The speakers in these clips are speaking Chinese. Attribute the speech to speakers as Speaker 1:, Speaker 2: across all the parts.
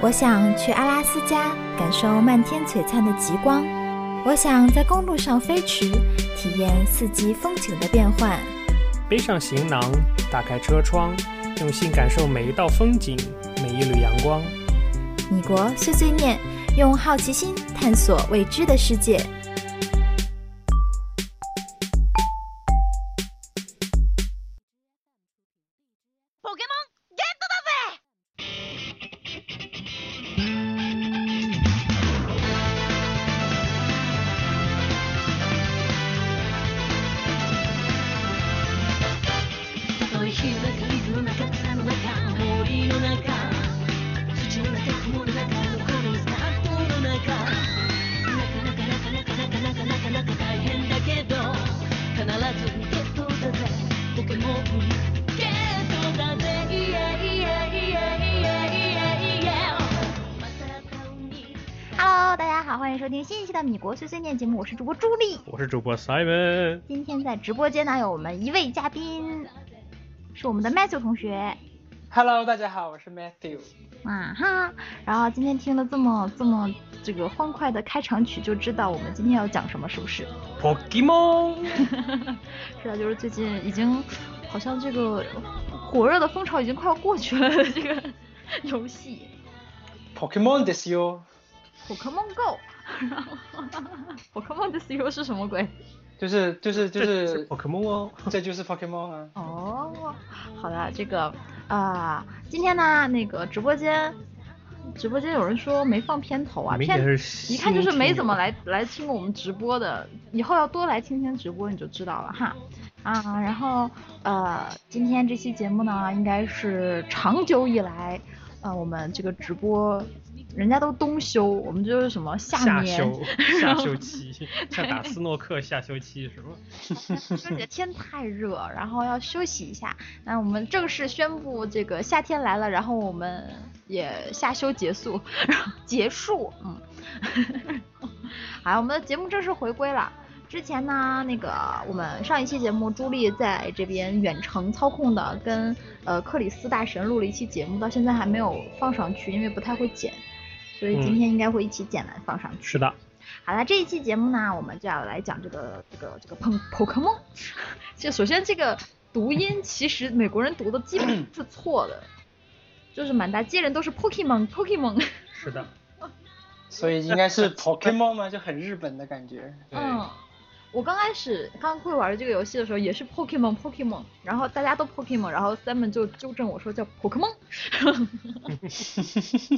Speaker 1: 我想去阿拉斯加，感受漫天璀璨的极光；我想在公路上飞驰，体验四季风景的变换。
Speaker 2: 背上行囊，打开车窗，用心感受每一道风景，每一缕阳光。
Speaker 1: 米国碎碎念，用好奇心探索未知的世界。Hello，大家好，欢迎收听新一期的《米国碎碎念》节目，我是主播朱莉。
Speaker 2: 我是主播 Simon，
Speaker 1: 今天在直播间呢，有我们一位嘉宾，是我们的 Matthew 同学。
Speaker 3: Hello，大家好，我是 Matthew。
Speaker 1: 啊哈！然后今天听了这么这么这个欢快的开场曲，就知道我们今天要讲什么，是不是？
Speaker 2: Pokemon，
Speaker 1: 是啊，就是最近已经好像这个火热的风潮已经快要过去了，这个 游戏
Speaker 3: Pokemon ですよ，
Speaker 1: Pokemon Go，然 后 Pokemon 的 CEO 是什么鬼？
Speaker 3: 就是就是就是，
Speaker 2: Pokemon 哦，
Speaker 3: 这就是 Pokemon 啊。
Speaker 1: 哦，好的，这个啊、今天呢，那个直播间，直播间有人说没放片头啊，
Speaker 2: 明显
Speaker 1: 片
Speaker 2: 是
Speaker 1: 一看就是没怎么
Speaker 2: 来。
Speaker 1: 来来听过我们直播的，以后要多来听听直播你就知道了哈。啊，然后呃，今天这期节目呢，应该是长久以来，呃，我们这个直播人家都冬休，我们就是什么
Speaker 2: 下
Speaker 1: 年
Speaker 2: 休下休期，像打斯诺克下休期是吗？
Speaker 1: 说这个天太热，然后要休息一下。那我们正式宣布这个夏天来了，然后我们也夏休结束，然后结束，嗯， 好，我们的节目正式回归了。之前呢，那个我们上一期节目，朱莉在这边远程操控的跟呃克里斯大神录了一期节目，到现在还没有放上去，因为不太会剪，所以今
Speaker 2: 嗯
Speaker 1: 天应该会一起剪完放上去。
Speaker 2: 是的，
Speaker 1: 好了，这一期节目呢，我们就要来讲这个这个这个 Pon Pokemon。这首先这个读音，其实美国人读的基本是错 的，就是满大街人都是 Pokemon Pokemon。
Speaker 2: 是的，
Speaker 3: 所以应该 是 Pokemon 嘛，就很日本的感觉。
Speaker 2: 对，
Speaker 1: 嗯，我刚开始刚会玩这个游戏的时候也是 Pokemon Pokemon，然后大家都 Pokemon，然后 Simon 就纠正我说叫 Pokemon。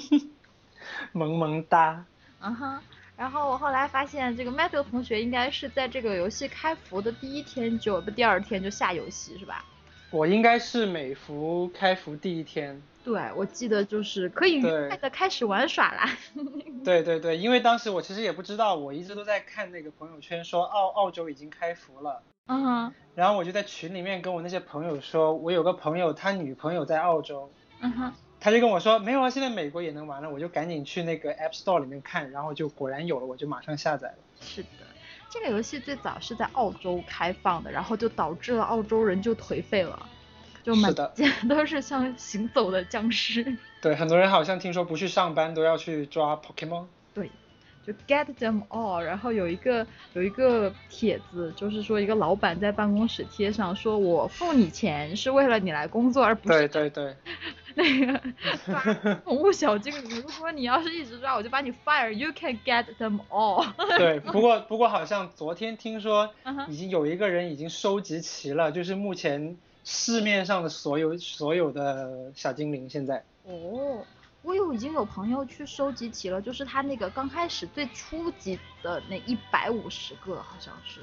Speaker 3: 萌萌哒，
Speaker 1: 嗯哼。然后我后来发现，这个 Matthew 同学应该是在这个游戏开服的第一天就不第二天就下游戏是吧？
Speaker 3: 我应该是美服开服第一天。
Speaker 1: 对，我记得就是可以愉
Speaker 3: 对
Speaker 1: 快的开始玩耍啦。
Speaker 3: 对对对，因为当时我其实也不知道，我一直都在看那个朋友圈说澳澳洲已经开服了。
Speaker 1: 嗯哼，
Speaker 3: 然后我就在群里面跟我那些朋友说，我有个朋友，他女朋友在澳洲，
Speaker 1: 嗯哼，
Speaker 3: 他就跟我说没有啊，现在美国也能玩了，我就赶紧去那个 App Store 里面看，然后就果然有了，我就马上下载了。
Speaker 1: 是的。这个游戏最早是在澳洲开放的，然后就导致了澳洲人就颓废了，就满
Speaker 3: 是的
Speaker 1: 街 都是像行走的僵尸。
Speaker 3: 对，很多人好像听说不去上班都要去抓 Pokemon。
Speaker 1: 对，就 get them all。然后有一个有一个帖子，就是说一个老板在办公室贴上说：“我付你钱是为了你来工作，而不
Speaker 3: 对
Speaker 1: 是
Speaker 3: 对对，
Speaker 1: 那 个 抓宠物小精灵。如果你要是一直抓，我就把你 fire。You can get them all。”
Speaker 3: 对。不过不过好像昨天听说
Speaker 1: 嗯哼
Speaker 3: 已经有一个人已经收集齐了，就是目前市面上的所有所有的小精灵现在。
Speaker 1: 哦，我有已经有朋友去收集齐了，就是他那个刚开始最初级的那一百五十个，好像是。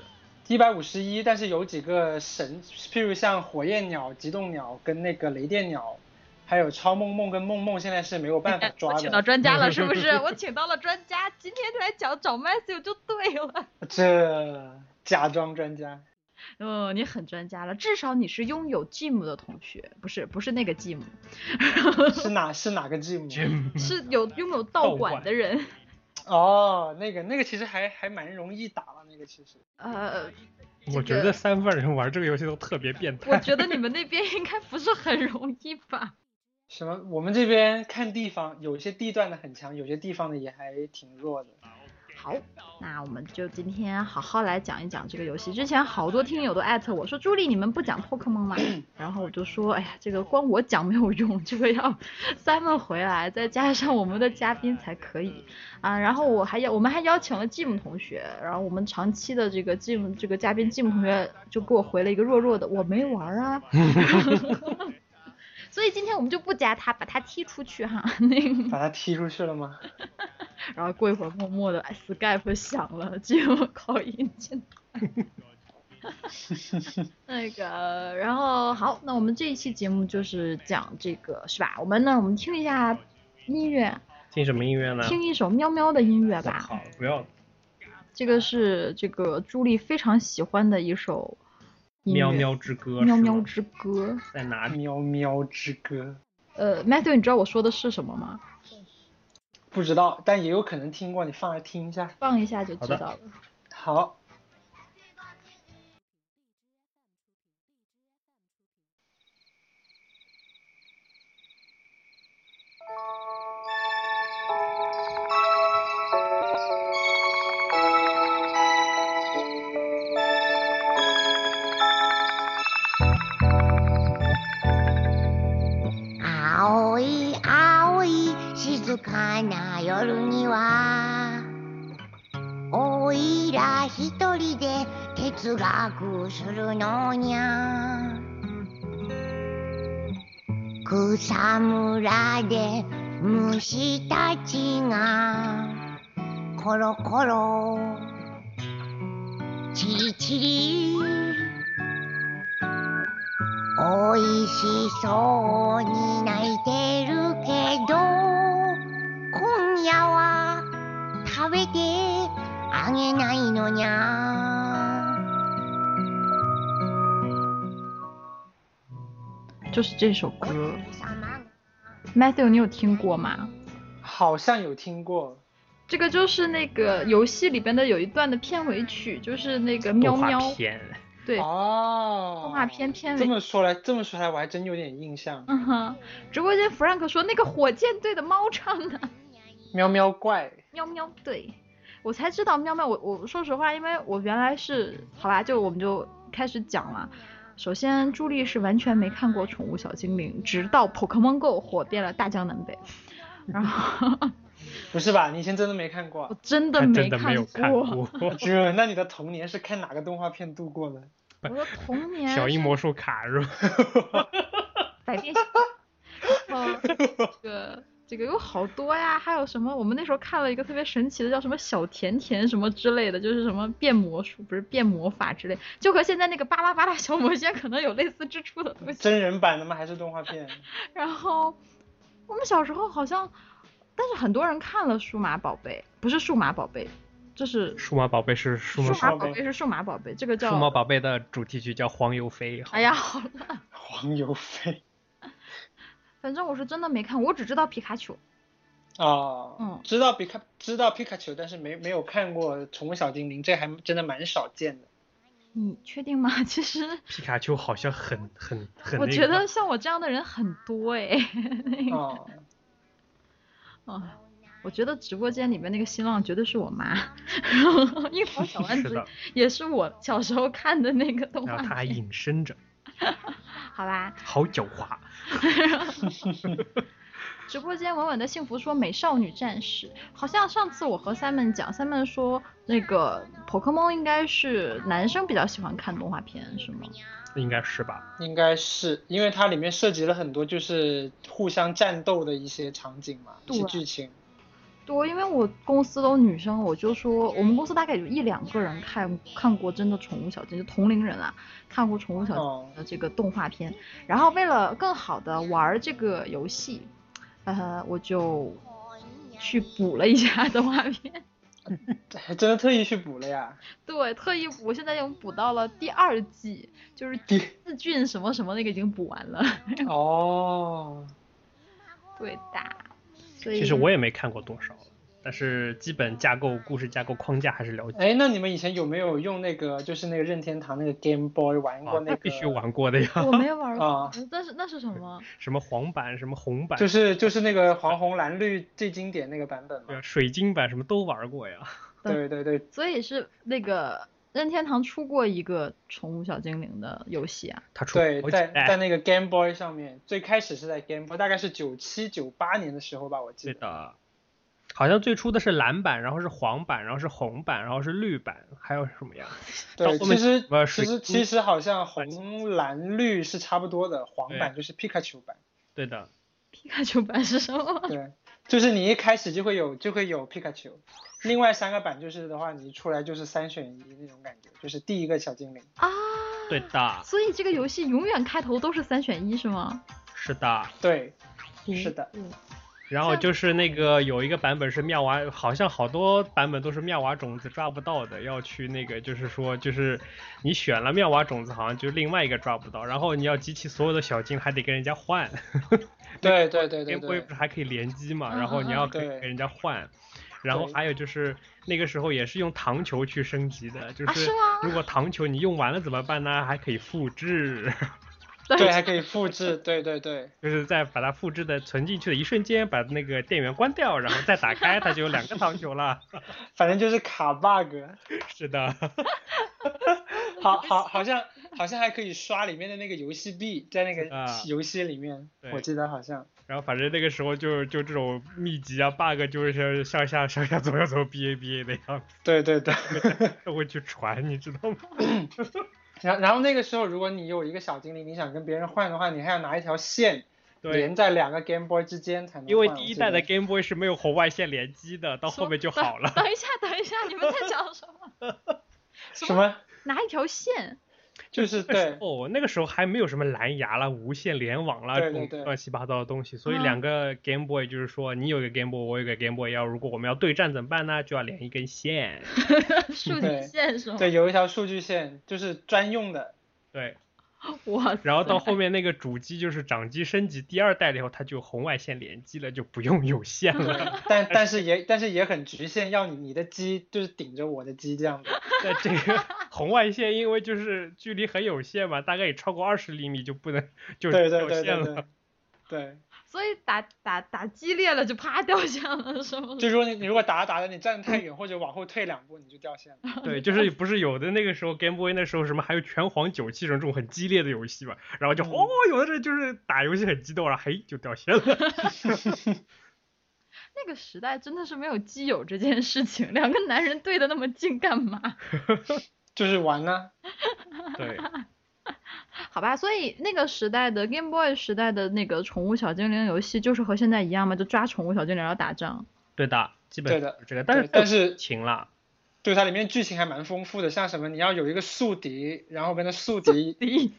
Speaker 3: 一百五十一，但是有几个神，譬如像火焰鸟、极冻鸟跟那个雷电鸟，还有超梦梦跟梦梦，现在是没有办法抓
Speaker 1: 哎我请到
Speaker 3: 的。
Speaker 1: 专家了，是不是？我请到了专家，今天来讲找 Matthew 就对了。
Speaker 3: 这假装专家，
Speaker 1: 嗯，你很专家了，至少你是拥有 Jim 的同学，不是不是那个 Jim，
Speaker 3: 是哪是哪个字母？
Speaker 1: 是有拥有
Speaker 2: 道
Speaker 1: 道馆
Speaker 2: 馆
Speaker 1: 的人。
Speaker 3: 哦，那个那个其实还还蛮容易打了，那个其实。
Speaker 1: 呃，
Speaker 2: 我觉得三份人玩这个游戏都特别变态。
Speaker 1: 我觉得你们那边应该不是很容易吧？
Speaker 3: 什么？我们这边看地方，有些地段的很强，有些地方的也还挺弱的。
Speaker 4: 好，那我们就今天好好来讲一讲这个游戏。之前好多听友都艾特我说，朱莉你们不讲 Pokemon 吗？然后我就说，哎呀，这个光我讲没有用，这个要 Simon 回来，再加上我们的嘉宾才可以啊。然后我还邀，我们还邀请了 Jim 同学，然后我们长期的这个 Jim 这个嘉宾 Jim 同学就给我回了一个弱弱的，我没玩啊。 所以今天我们就不加他，把他踢出去哈。 那个。
Speaker 3: 把他踢出去了吗？
Speaker 4: 然后过一会儿，默默的 Skype 响了，只有 考音进来。那个，然后好，那我们这一期节目就是讲这个，是吧？我们呢，我们听一下音乐，
Speaker 2: 听什么音乐呢？
Speaker 4: 听一首喵喵的音乐吧。
Speaker 2: 好，不要
Speaker 4: 这个是这个朱莉非常喜欢的一首音乐
Speaker 2: 喵喵之歌，
Speaker 4: 喵
Speaker 2: 是
Speaker 4: 喵
Speaker 2: 吗
Speaker 4: 之歌。
Speaker 2: 在哪里？
Speaker 3: 喵喵之歌，
Speaker 4: 呃，Matthew，你知道我说的是什么吗？
Speaker 3: 不知道，但也有可能听过，你放来听一下。
Speaker 4: 放一下就
Speaker 2: 好
Speaker 4: 知
Speaker 2: 的
Speaker 4: 道了。
Speaker 3: 好，
Speaker 5: 青い青い静かな夜にはおいら一人で哲学するのにゃ草むらで虫たちがコロコロチリチリおいしそうに泣いてるけど今夜は食べてあげないのにゃ
Speaker 4: 就是这首
Speaker 5: お
Speaker 4: 歌
Speaker 2: 嗯
Speaker 5: 月さまが
Speaker 4: ，Matthew，你有听过吗？
Speaker 3: 好像有听过。
Speaker 4: 这个就是那个游戏里边的有一段的片尾曲，就是那个喵
Speaker 2: 动画
Speaker 4: 喵，
Speaker 2: 片，
Speaker 4: 对，
Speaker 3: 哦，
Speaker 4: 动画片片
Speaker 3: 这
Speaker 4: 尾。
Speaker 3: 么说来，这么说来，我还真有点印象。
Speaker 4: 嗯哼，直播间 Frank 说那个火箭队的猫唱的
Speaker 3: 喵喵怪，
Speaker 4: 喵喵，对我才知道喵喵。我我说实话，因为我原来是好吧，就我们就开始讲了。首先，朱莉是完全没看过《宠物小精灵》，直到 Pokemon Go 火遍了大江南北，然后
Speaker 3: 不是吧？你以前真的没看过啊
Speaker 4: 我？真的
Speaker 2: 他
Speaker 4: 没
Speaker 2: 真的没有看
Speaker 4: 过。
Speaker 2: 过。
Speaker 3: 这，那你的童年是看哪个动画片度过的？
Speaker 4: 我的童年
Speaker 2: 小樱魔术卡入，
Speaker 4: 百变小，然后这个这个有好多呀，还有什么？我们那时候看了一个特别神奇的，叫什么小甜甜什么之类的，就是什么变魔术，不是变魔法之类，就和现在那个巴拉巴拉小魔仙可能有类似之处的东西。
Speaker 3: 真人版的吗？还是动画片？
Speaker 4: 然后我们小时候好像，但是很多人看了《数码宝贝》，不是《数码宝贝》，就是
Speaker 2: 数码宝贝是数
Speaker 4: 数
Speaker 2: 码
Speaker 4: 码
Speaker 3: 宝
Speaker 2: 宝
Speaker 4: 宝
Speaker 3: 贝
Speaker 4: 贝》是《数码宝贝》，这个叫
Speaker 2: 数码宝贝的主题曲叫黄油飞。好
Speaker 4: 哎呀，好了，
Speaker 3: 黄油飞
Speaker 4: 反正我是真的没看，我只知道皮卡丘。
Speaker 3: 啊，
Speaker 4: 嗯
Speaker 3: 知道皮卡知道皮卡丘，但是没没有看过《宠物小精灵》，这还真的蛮少见的。
Speaker 4: 你确定吗？ 其实
Speaker 2: 皮卡丘好像很很很那个。
Speaker 4: 我觉得像我这样的人很多哎、
Speaker 3: 啊，
Speaker 4: 啊，我觉得直播间里面那个新浪绝对是 我妈，樱桃小丸
Speaker 2: 是
Speaker 4: 子
Speaker 2: 的，
Speaker 4: 也是我小时候看的那个动
Speaker 2: 然
Speaker 4: 画
Speaker 2: 后他还
Speaker 4: 片，
Speaker 2: 隐身着，
Speaker 4: 好吧。
Speaker 2: 好狡猾。
Speaker 4: 直播间稳稳的幸福说美少女战士，好像上次我和三门讲，三门说那个 Pokemon 应该是男生比较喜欢看动画片，是吗？
Speaker 2: 应该是吧？
Speaker 3: 应该是因为它里面涉及了很多就是互相战斗的一些场景嘛，一些
Speaker 4: 对
Speaker 3: 剧情。
Speaker 4: 对，因为我公司都女生，我就说我们公司
Speaker 3: 嗯
Speaker 4: 大概有一两个人看看过真的《宠物小精灵》，就同龄人啊，看过《宠物小精
Speaker 3: 哦
Speaker 4: 灵》的这个动画片。然后为了更好的玩这个游戏，呃，我就去补了一下 动画片。
Speaker 3: 还真的特意去补了 呀。
Speaker 4: 对，特意补，现在已经补到了第二季，就是
Speaker 3: 第
Speaker 4: 自俊什么什么那个已经补完了，
Speaker 3: 哦，
Speaker 4: 对的。所以
Speaker 2: 其实我也没看过多少，但是基本架构、故事架构框架还是了解。
Speaker 3: 哎，那你们以前有没有用那个，就是那个任天堂那个 Game Boy 玩
Speaker 2: 啊
Speaker 3: 过，那个？
Speaker 2: 必须玩过的呀，
Speaker 4: 我没玩 过嗯
Speaker 3: 啊，
Speaker 4: 但是那是什么？
Speaker 2: 什么黄版、什么红版，
Speaker 3: 就是就是那个黄红蓝绿最经典那个版本
Speaker 2: 对啊
Speaker 3: 嘛。
Speaker 2: 水晶版什么都玩过呀。
Speaker 3: 对对对，
Speaker 4: 所以是那个任天堂出过一个宠物小精灵的游戏啊，
Speaker 2: 他出
Speaker 3: 对，
Speaker 2: 好几哎
Speaker 3: 在
Speaker 2: 代
Speaker 3: 在那个 Game Boy 上面，最开始是在 Game Boy，大概是九七九八年的时候吧，我记
Speaker 2: 对
Speaker 3: 得。
Speaker 2: 的，好像最初的是蓝版，然后是黄版，然后是红版，然后是绿版，还有什么呀？
Speaker 3: 对，
Speaker 2: 到后面
Speaker 3: 其实
Speaker 2: 什么
Speaker 3: 其
Speaker 2: 水
Speaker 3: 实
Speaker 2: 晶
Speaker 3: 其实好像红蓝绿是差不多的，黄
Speaker 2: 对
Speaker 3: 版就是皮卡丘版。
Speaker 2: 对的，
Speaker 4: 皮 卡丘版是什么？
Speaker 3: 对，就是你一开始就会有就会有皮卡丘，另外三个版就是的话，你出来就是三选一那种感觉，就是第一个小精灵。
Speaker 4: 啊，
Speaker 2: 对。的，
Speaker 4: 所以这个游戏永远开头都是三选一，是吗？
Speaker 2: 是的。
Speaker 3: 对，是的，
Speaker 4: 嗯，
Speaker 2: 然后就是那个有一个版本是妙蛙，好像好多版本都是妙蛙种子抓不到的，要去那个就是说就是你选了妙蛙种子，好像就另外一个抓不到，然后你要集齐所有的小精还得跟人家换。
Speaker 3: 对对对对
Speaker 2: Game Boy
Speaker 3: 对
Speaker 2: 不是还可以联机嘛，
Speaker 4: 嗯
Speaker 2: 然后
Speaker 4: 嗯
Speaker 2: 你要
Speaker 4: 嗯
Speaker 2: 跟
Speaker 3: 对
Speaker 2: 跟人家换。然后
Speaker 3: 对
Speaker 2: 还有就是那个时候也是用糖球去升级的，就
Speaker 4: 啊
Speaker 2: 是
Speaker 4: 是吗
Speaker 2: 如果糖球你用完了怎么办呢？还可以复制，
Speaker 3: 对，还可以复制，对对对
Speaker 2: 就是在把它复制的存进去的一瞬间，把那个电源关掉，然后再打开，它就有两个糖球了。
Speaker 3: 反正就是卡 bug，
Speaker 2: 是的，
Speaker 3: 好好好像好像还可以刷里面的那个游戏币，在那
Speaker 2: 是的
Speaker 3: 个游戏里面，
Speaker 2: 对
Speaker 3: 我记得好像
Speaker 2: 然后反正那个时候就就这种秘籍啊 bug 就是像上下上下左右左右 B A B A 的样子，
Speaker 3: 对对对。
Speaker 2: 都会去传，你知道吗？
Speaker 3: 然然后那个时候，如果你有一个小精灵，你想跟别人换的话，你还要拿一条线
Speaker 2: 对，
Speaker 3: 连在两个 Game Boy 之间才能换。
Speaker 2: 因为
Speaker 3: 我
Speaker 2: 第一
Speaker 3: 记
Speaker 2: 代的
Speaker 3: 得
Speaker 2: Game Boy 是没有红外线联机的，到后面就好了。
Speaker 4: 等一下，等一下，你们在讲什么？
Speaker 3: 什 么
Speaker 4: 拿一条线？
Speaker 3: 就是
Speaker 2: 那时
Speaker 3: 对
Speaker 2: 候哦那个时候还没有什么蓝牙啦、无线联网啦，
Speaker 3: 对
Speaker 2: 这种
Speaker 3: 对对
Speaker 2: 乱七八糟的东西，所以
Speaker 4: 嗯
Speaker 2: 两个 Game Boy 就是说，你有一个 Game Boy，我有一个 Game Boy，要如果我们要对战怎么办呢？就要连一根线。
Speaker 4: 数据
Speaker 3: 对
Speaker 4: 线是吗？
Speaker 3: 对，有一条数据线就是专用的，
Speaker 2: 对，
Speaker 4: 哇塞，
Speaker 2: 然后到后面那个主机就是掌机升级第二代了以后，它就有红外线联机了，就不用有线了。
Speaker 3: 但但是也但是也很局限，要你你的鸡就是顶着我的鸡这样子。
Speaker 2: 那这 个红外线因为就是距离很有限嘛，大概也超过二十厘米就不能就
Speaker 3: 对对
Speaker 2: 有
Speaker 3: 对
Speaker 2: 线
Speaker 3: 对
Speaker 2: 了
Speaker 3: 对。对，
Speaker 4: 所以打打打激烈了就啪掉下了，是吗？
Speaker 3: 就是说你你如果打着打着你站得太远或者往后退两步你就掉线了。
Speaker 2: 对，就是不是有的那个时候 Game Boy 那时候什么还有拳皇九七这种这种很激烈的游戏嘛，然后就、
Speaker 3: 嗯
Speaker 2: 哦，有的人就是打游戏很激动，然后嘿就掉线了。
Speaker 4: 那个时代真的是没有基友这件事情，两个男人对的那么近干嘛？
Speaker 3: 就是玩呢、
Speaker 2: 对，
Speaker 4: 好吧，所以那个时代的 Game Boy 时代的那个宠物小精灵游戏，就是和现在一样嘛，就抓宠物小精灵然后打仗。
Speaker 2: 对的，基本
Speaker 3: 对的
Speaker 2: 是这个，但是
Speaker 3: 对但是
Speaker 2: 情了，
Speaker 3: 对它里面剧情还蛮丰富的，像什么你要有一个宿敌，然后跟那宿敌，
Speaker 4: 咦，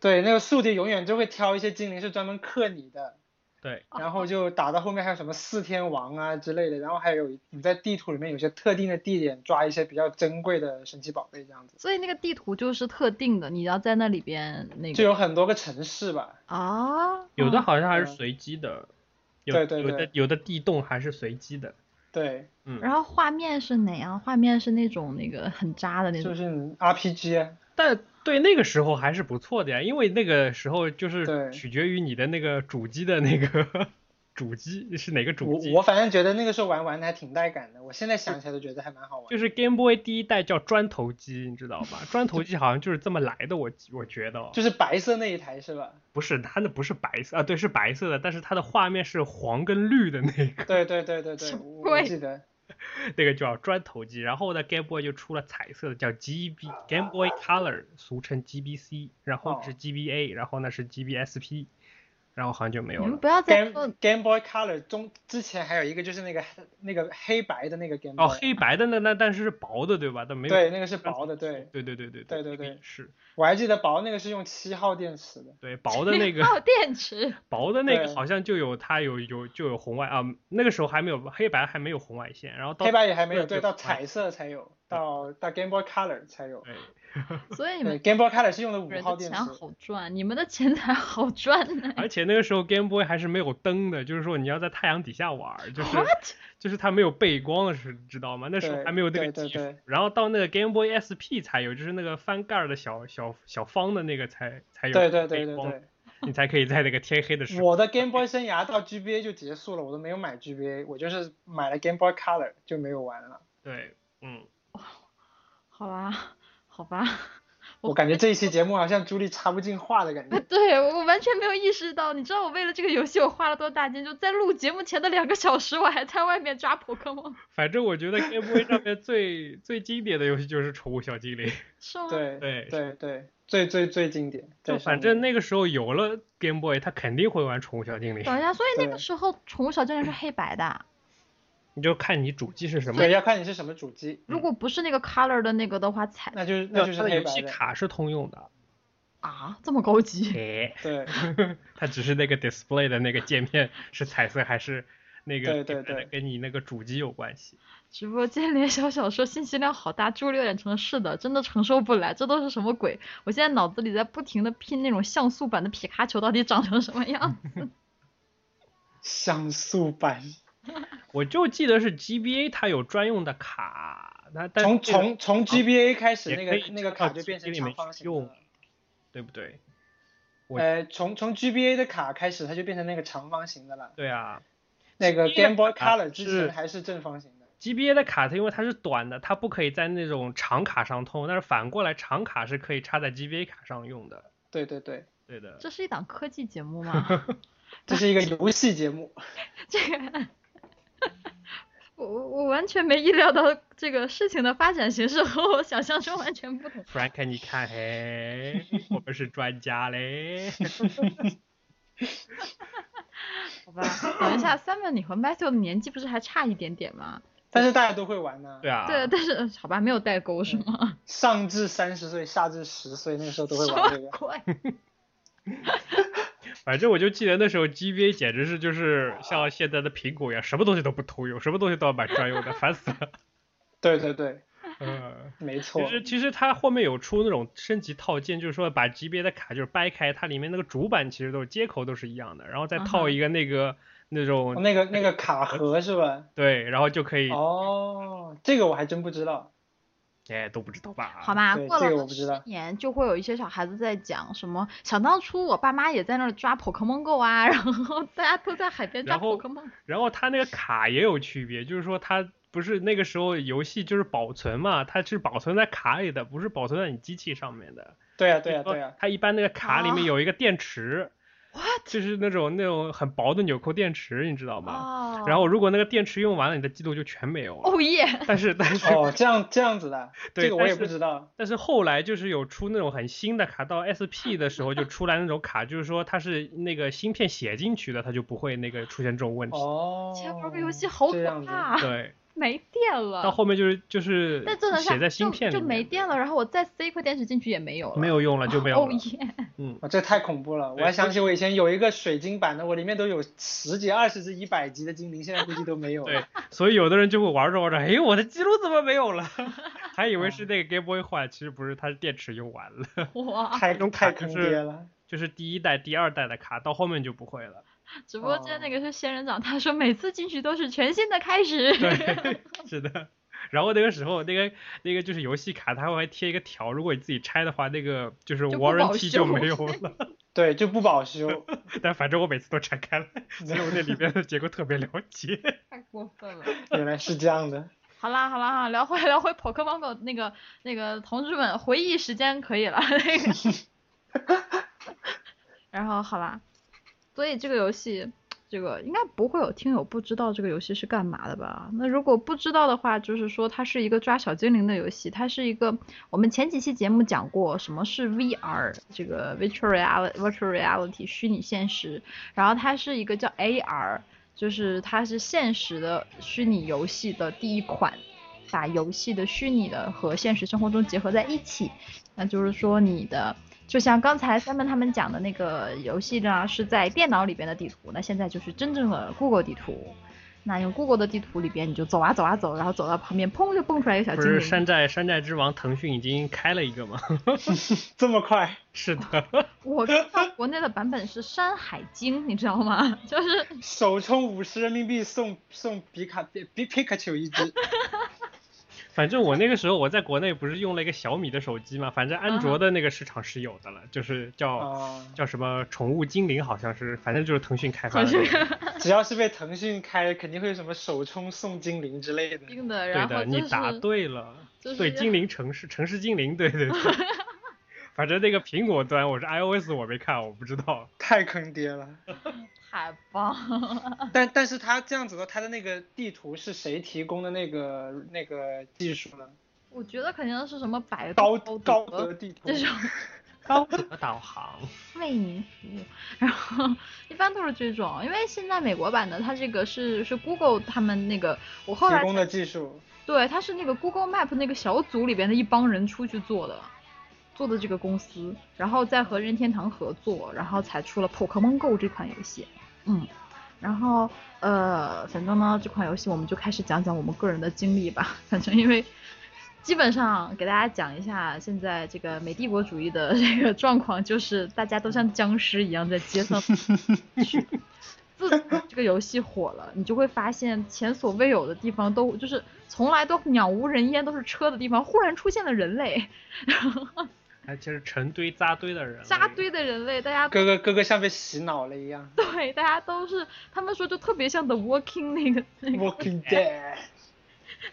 Speaker 3: 对那个宿敌永远就会挑一些精灵是专门克你的，
Speaker 2: 对
Speaker 3: 然后就打到后面还有什么四天王啊之类的，然后还有你在地图里面有些特定的地点抓一些比较珍贵的神奇宝贝这样子，
Speaker 4: 所以那个地图就是特定的，你要在那里边那
Speaker 3: 就
Speaker 4: 个
Speaker 3: 有很多个城市吧。
Speaker 4: 啊，
Speaker 2: 有的好像还是
Speaker 3: 嗯
Speaker 2: 随机的，有
Speaker 3: 对对
Speaker 2: 有的
Speaker 3: 对
Speaker 2: 有的地洞还是随机的，
Speaker 3: 对，
Speaker 2: 嗯，
Speaker 4: 然后画面是哪样？画面是那种那个很渣的那
Speaker 3: 就
Speaker 4: 种。
Speaker 3: 是 RPG 啊。
Speaker 2: 但对那个时候还是不错的呀，因为那个时候就是
Speaker 3: 对
Speaker 2: 取决于你的那个主机的那个主机是哪个主
Speaker 3: 我
Speaker 2: 机。
Speaker 3: 我反正觉得那个时候玩玩的还挺带感的，我现在想起来都觉得还蛮好玩。
Speaker 2: 就是 Game Boy 第一代叫砖头机，你知道吧？砖头机好像就是这么来的，我我觉得哦
Speaker 3: 就是白色那一台是吧？
Speaker 2: 不是它那不是白色啊，对，是白色的，但是它的画面是黄跟绿的那个，
Speaker 3: 对对对对对，
Speaker 4: 什么
Speaker 3: 我
Speaker 4: 鬼
Speaker 3: 我记得。
Speaker 2: 那个叫砖头机。然后呢，Game Boy 就出了彩色的，叫 GB Game Boy Color，俗称 GBC，然后是
Speaker 3: 哦
Speaker 2: GBA，然后呢是 GBSP，然后好像就没有
Speaker 4: 你们
Speaker 2: 了。
Speaker 4: 不要再
Speaker 3: Game
Speaker 4: 说
Speaker 3: Game Boy Color 中之前还有一个就是那个那个黑白的那个 Game
Speaker 2: 哦，
Speaker 3: Boy，、
Speaker 2: 黑白的那那但是是薄的对吧？但没有
Speaker 3: 对，那个是
Speaker 2: 砖头
Speaker 3: 薄的，
Speaker 2: 机
Speaker 3: 对，
Speaker 2: 对对对对
Speaker 3: 对对
Speaker 2: 那个
Speaker 3: 对
Speaker 2: 也是
Speaker 3: 我还记得薄那个是用七号电池的。
Speaker 2: 对薄的 那个
Speaker 4: 耗电池，
Speaker 2: 薄的那个
Speaker 3: 对
Speaker 2: 好像就有它有有就有红外啊，那个时候还没有黑白还没有红外线，然后到
Speaker 3: 黑白也还没有，
Speaker 2: 对
Speaker 3: 对，
Speaker 2: 对
Speaker 3: 到彩色才有，到到 Game Boy Color 才有。
Speaker 2: 对，
Speaker 4: 所以你
Speaker 3: 对
Speaker 4: 们
Speaker 3: ，Game Boy Color 是用的五
Speaker 4: 人
Speaker 3: 号
Speaker 4: 的
Speaker 3: 电
Speaker 4: 钱
Speaker 3: 池，
Speaker 4: 好赚，你们的钱才好赚呢。
Speaker 2: 而且那个时候 Game Boy 还是没有灯的，就是说你要在太阳底下玩儿，就是
Speaker 4: What？
Speaker 2: 就是它没有背光的是知道吗？那时候
Speaker 3: 啊对
Speaker 2: 还没有那个
Speaker 3: 对对
Speaker 2: 技术，
Speaker 3: 对
Speaker 2: 然后到那个 Game Boy SP 才有，就是那个翻盖儿的小小小方的那个才才有
Speaker 3: 对对对
Speaker 2: 哎背
Speaker 3: 对
Speaker 2: 光，
Speaker 3: 对。
Speaker 2: 你才可以在那个天黑的时候。
Speaker 3: 我的 Game Boy 生涯到 GBA 就结束了，我都没有买 GBA，我就是买了 Game Boy Color 就没有玩了。
Speaker 2: 对，嗯，
Speaker 4: 好吧，好吧，我。
Speaker 3: 我感觉这一期节目好像朱莉插不进话的感觉
Speaker 4: 对我完全没有意识到，你知道我为了这个游戏我花了多大劲？就在录节目前的两个小时，我还在外面抓 p o k
Speaker 2: 反正我觉得 Game Boy 上面最最经典的游戏就是《宠物小精 灵》。
Speaker 4: 是吗？
Speaker 3: 对
Speaker 2: 对
Speaker 3: 对对，最最最经典。
Speaker 2: 就
Speaker 3: 对
Speaker 2: 反正那个时候有了 Game Boy，他肯定会玩《宠物小精灵
Speaker 4: 等》，一啊下，所以那个
Speaker 3: 对
Speaker 4: 时候宠物小精灵是黑白的，啊
Speaker 2: 你就看你主机是什么
Speaker 3: 对，。要看你是什么主机，
Speaker 4: 如果不是那个 color 的那个的话，彩
Speaker 3: 那就是
Speaker 2: 对
Speaker 3: 那就
Speaker 2: 嗯
Speaker 3: 是
Speaker 2: 它的
Speaker 3: 黑
Speaker 2: 游
Speaker 3: 白
Speaker 2: 戏
Speaker 3: 的。
Speaker 2: 卡是通用的，
Speaker 4: 啊这么高级，
Speaker 2: 哎，
Speaker 3: 对
Speaker 2: 它只是那个 display 的那个界面是彩色还是那个
Speaker 3: 对对对
Speaker 2: 跟你那个主机有关系。
Speaker 4: 直播间连小小说信息量好大，朱丽有点成是的，真的承受不来，这都是什么鬼？我现在脑子里在不停的拼那种像素版的皮卡丘到底长成什么样子
Speaker 3: 像素版，
Speaker 2: 我就记得是 GBA 它有专用的卡，它但
Speaker 3: 从
Speaker 2: 这个啊
Speaker 3: 从从 GBA 开始
Speaker 2: 也
Speaker 3: 那
Speaker 2: 可以
Speaker 3: 个那个
Speaker 2: 插到
Speaker 3: 卡就变
Speaker 2: GBA
Speaker 3: 成
Speaker 2: 里
Speaker 3: 长
Speaker 2: 面
Speaker 3: 方
Speaker 2: 去
Speaker 3: 形的
Speaker 2: 用
Speaker 3: 了。
Speaker 2: 对不对？我
Speaker 3: 呃，从从 GBA 的卡开始，它就变成那个长方形的了。
Speaker 2: 对啊
Speaker 3: 那个
Speaker 2: GBA
Speaker 3: Game Boy
Speaker 2: 卡
Speaker 3: Color 之
Speaker 2: 是
Speaker 3: 前还是正方形的。
Speaker 2: ，GBA 的卡它因为它是短的，它不可以在那种长卡上通，但是反过来长卡是可以插在 GBA 卡上用的。
Speaker 3: 对对对，
Speaker 2: 对的，
Speaker 4: 这是一档科技节目吗？
Speaker 3: 这是一个游戏节目。
Speaker 4: 这个我我我完全没意料到这个事情的发展形式和我想象中完全不同。
Speaker 2: Frank，你看，嘿，我们是专家 嘞。
Speaker 4: 好吧，等一下，Simon，你和 Matthew 的年纪不是还差一点点吗？
Speaker 3: 但是大家都会玩呐、
Speaker 2: 对啊，
Speaker 4: 对，但是呃好吧，没有代
Speaker 3: 嗯
Speaker 4: 沟是吗？
Speaker 3: 上至三十岁，下至十岁，那个时候都会
Speaker 4: 什
Speaker 3: 玩这
Speaker 4: 么
Speaker 3: 个。
Speaker 4: 鬼？
Speaker 2: 反正我就记得那时候 GBA 简直是就是像现在的苹果一样，什么东西都不通用，什么东西都要买专用的，烦死了。
Speaker 3: 对对对，
Speaker 2: 嗯，
Speaker 3: 没错
Speaker 2: 其。实其实它后面有出那种升级套件，就是说把 GBA 的卡就是掰开，它里面那个主板其实都是接口都是一样的，然后再
Speaker 4: 嗯
Speaker 2: 套
Speaker 4: 哼哦
Speaker 2: 一个那个、那种、
Speaker 3: 那个那个卡盒是吧？
Speaker 2: 对，然后就可以，
Speaker 3: 哦，这个我还真不知道。
Speaker 2: 哎都不知道吧？
Speaker 4: 好吧，
Speaker 3: 对
Speaker 4: 过
Speaker 3: 这
Speaker 4: 了
Speaker 3: 个
Speaker 4: 个
Speaker 3: 我不知
Speaker 4: 十
Speaker 3: 道
Speaker 4: 年，就会有一些小孩子在讲什么，想当初我爸妈也在那儿抓 Pokemon Go 啊， 然后大家都在海边抓
Speaker 2: 然后
Speaker 4: Pokemon。
Speaker 2: 然后它那个卡也有区别，就是说它不是那个时候游戏就是保存嘛，它是保存在卡里的，不是保存在你机器上面的。
Speaker 3: 对啊呀、对呀、
Speaker 2: 就
Speaker 3: 对
Speaker 2: 是
Speaker 3: 呀、
Speaker 2: 说它一般那个卡里面有一个电池，
Speaker 4: 啊 What？
Speaker 2: 就是那种那种很薄的纽扣电池，你知道吗？
Speaker 4: 哦，
Speaker 2: 然后如果那个电池用完了，你的记录就全没有了。
Speaker 4: 哦耶，
Speaker 2: 但是但是、
Speaker 3: 哦，这样这样 子的，
Speaker 2: 对
Speaker 3: 这个我也
Speaker 2: 但是
Speaker 3: 不知道。
Speaker 2: 但是后来就是有出那种很新的卡，到 SP 的时候就出来那种卡，就是说它是那个芯片写进去的，它就不会那个出现这种问题。
Speaker 3: 哦，
Speaker 4: 前玩个游戏好
Speaker 3: 这
Speaker 4: 可
Speaker 3: 样子
Speaker 4: 怕，啊
Speaker 2: 对，
Speaker 4: 没电了。
Speaker 2: 到后面就是就是
Speaker 4: 但真的是
Speaker 2: 写在芯片里
Speaker 4: 就就没
Speaker 2: 面
Speaker 4: 电了，然后我再塞一块电池进去也没有了，
Speaker 2: 没有用了就没有
Speaker 4: 哦
Speaker 2: 了。
Speaker 4: 耶，
Speaker 2: 嗯，
Speaker 3: 哦，这太恐怖了！我
Speaker 2: 对
Speaker 3: 还
Speaker 2: 所
Speaker 3: 想
Speaker 2: 以
Speaker 3: 起我以前有一个水晶版的，我里面都有十几、二十只、一百级的精灵，现在估计都没有
Speaker 2: 对
Speaker 3: 了。，
Speaker 2: 所以有的人就会玩着玩着，哎，我的记录怎么没有了？ 还以为
Speaker 4: 嗯
Speaker 2: 是那个 Game Boy 坏，其实不是，它是电池用完了。
Speaker 4: 哇！
Speaker 3: 太
Speaker 2: 种
Speaker 3: 太
Speaker 2: 卡就
Speaker 3: 坑
Speaker 2: 是
Speaker 3: 爹了。
Speaker 2: 就是第一代、第二代的卡，到后面就不会 了。
Speaker 4: 直播间
Speaker 2: 哦
Speaker 4: 那个是仙人掌，他说每次进去都是全新的开始。
Speaker 2: 对，是的。然后那个时候，那个那个就是游戏卡，它会贴一个条，如果你自己拆的话，那个就是
Speaker 4: 就不保
Speaker 2: warranty 就
Speaker 4: 修
Speaker 2: 没有了。
Speaker 3: 对，就不保修。
Speaker 2: 但反正我每次都拆开了， 所以我对里面的结构特别了解。
Speaker 4: 太过分了。
Speaker 3: 原来是这样的。
Speaker 4: 好啦好啦好啦，聊回 聊回 Pokemon Go 那个那个同志们回忆时间可以了。 那个然后好啦，所以这个游戏，这个应该不会有听友不知道这个游戏是干嘛的吧？那如果不知道的话，就是说它是一个抓小精灵的游戏，它是一个我们前几期节目讲过什么是 VR 这个 virtual reality virtual reality 虚拟现实，然后它是一个叫 AR，就是它是现实的虚拟游戏的第一款，把游戏的虚拟的和现实生活中结合在一起。那就是说你的，就像刚才三门他们讲的那个游戏呢，是在电脑里边的地图，那现在就是真正的 Google 地图。那用 Google 的地图里边，你就走啊走啊走，然后走到旁边，砰就蹦出来一个小
Speaker 2: 不
Speaker 4: 精
Speaker 2: 是
Speaker 4: 灵。
Speaker 2: 山寨山寨之王，腾讯已经开了一个吗？
Speaker 3: 这么快？
Speaker 2: 是的，
Speaker 4: 我看到国内的版本是《山海经》，你知道吗？ 就是
Speaker 3: 首充五十人民币送送皮卡比比皮卡丘一只，
Speaker 2: 反正我那个时候我在国内不是用了一个小米的手机嘛，反正
Speaker 4: 啊
Speaker 2: 安卓的那个市场是有的了，就是叫、
Speaker 3: 啊，
Speaker 4: 哦
Speaker 2: 叫什么宠物精灵，好像是，反正就是腾讯开发的
Speaker 4: 腾
Speaker 2: 那
Speaker 4: 讯
Speaker 2: 个。
Speaker 3: 只要是被腾讯开，肯定会有什么首充送精灵之类的。
Speaker 4: 定的，
Speaker 2: 对
Speaker 4: 然后
Speaker 2: 的，
Speaker 4: 就
Speaker 2: 你答
Speaker 4: 是
Speaker 2: 对了，
Speaker 4: 就是
Speaker 2: 对精灵城市，城市精灵，对对 对。反正那个苹果端我是 iOS 我没看，我不知道。
Speaker 3: 太坑爹了。
Speaker 4: 太棒 了，
Speaker 3: 但但是它这样子的，它的那个地图是谁提供的那个那个技术呢？
Speaker 4: 我觉得肯定是什么百
Speaker 3: 高
Speaker 4: 度
Speaker 3: 高德
Speaker 4: 德
Speaker 3: 地图
Speaker 4: 这。种
Speaker 2: 高德导航，
Speaker 4: 为您服务，然后一般都是这种，因为现在美国版的它这个是是 Google 他们那个，我 后
Speaker 3: 提
Speaker 4: 来
Speaker 3: 供
Speaker 4: 才
Speaker 3: 的技术，
Speaker 4: 对，它是那个 Google Map 那个小组里边的一帮人出去做的，做的这个公司，然后再和任天堂合作，然后才出了《Pokemon Go》这款游戏。嗯，然后呃，反正呢，这款游戏我们就开始讲讲我们个人的经历吧。反正因为基本上给大家讲一下现在这个美帝国主义的这个状况，就是大家都像僵尸一样在街上去。自从这个游戏火了，你就会发现前所未有的地方都就是从来都鸟无人烟，都是车的地方，忽然出现了人类，然后
Speaker 2: 哎，其实成堆扎堆的人，
Speaker 4: 扎堆的人类，大家
Speaker 3: 哥哥哥哥像被洗脑了一样。
Speaker 4: 对，大家都是，他们说就特别像 The Walking 那个那个，
Speaker 3: Walking Dead，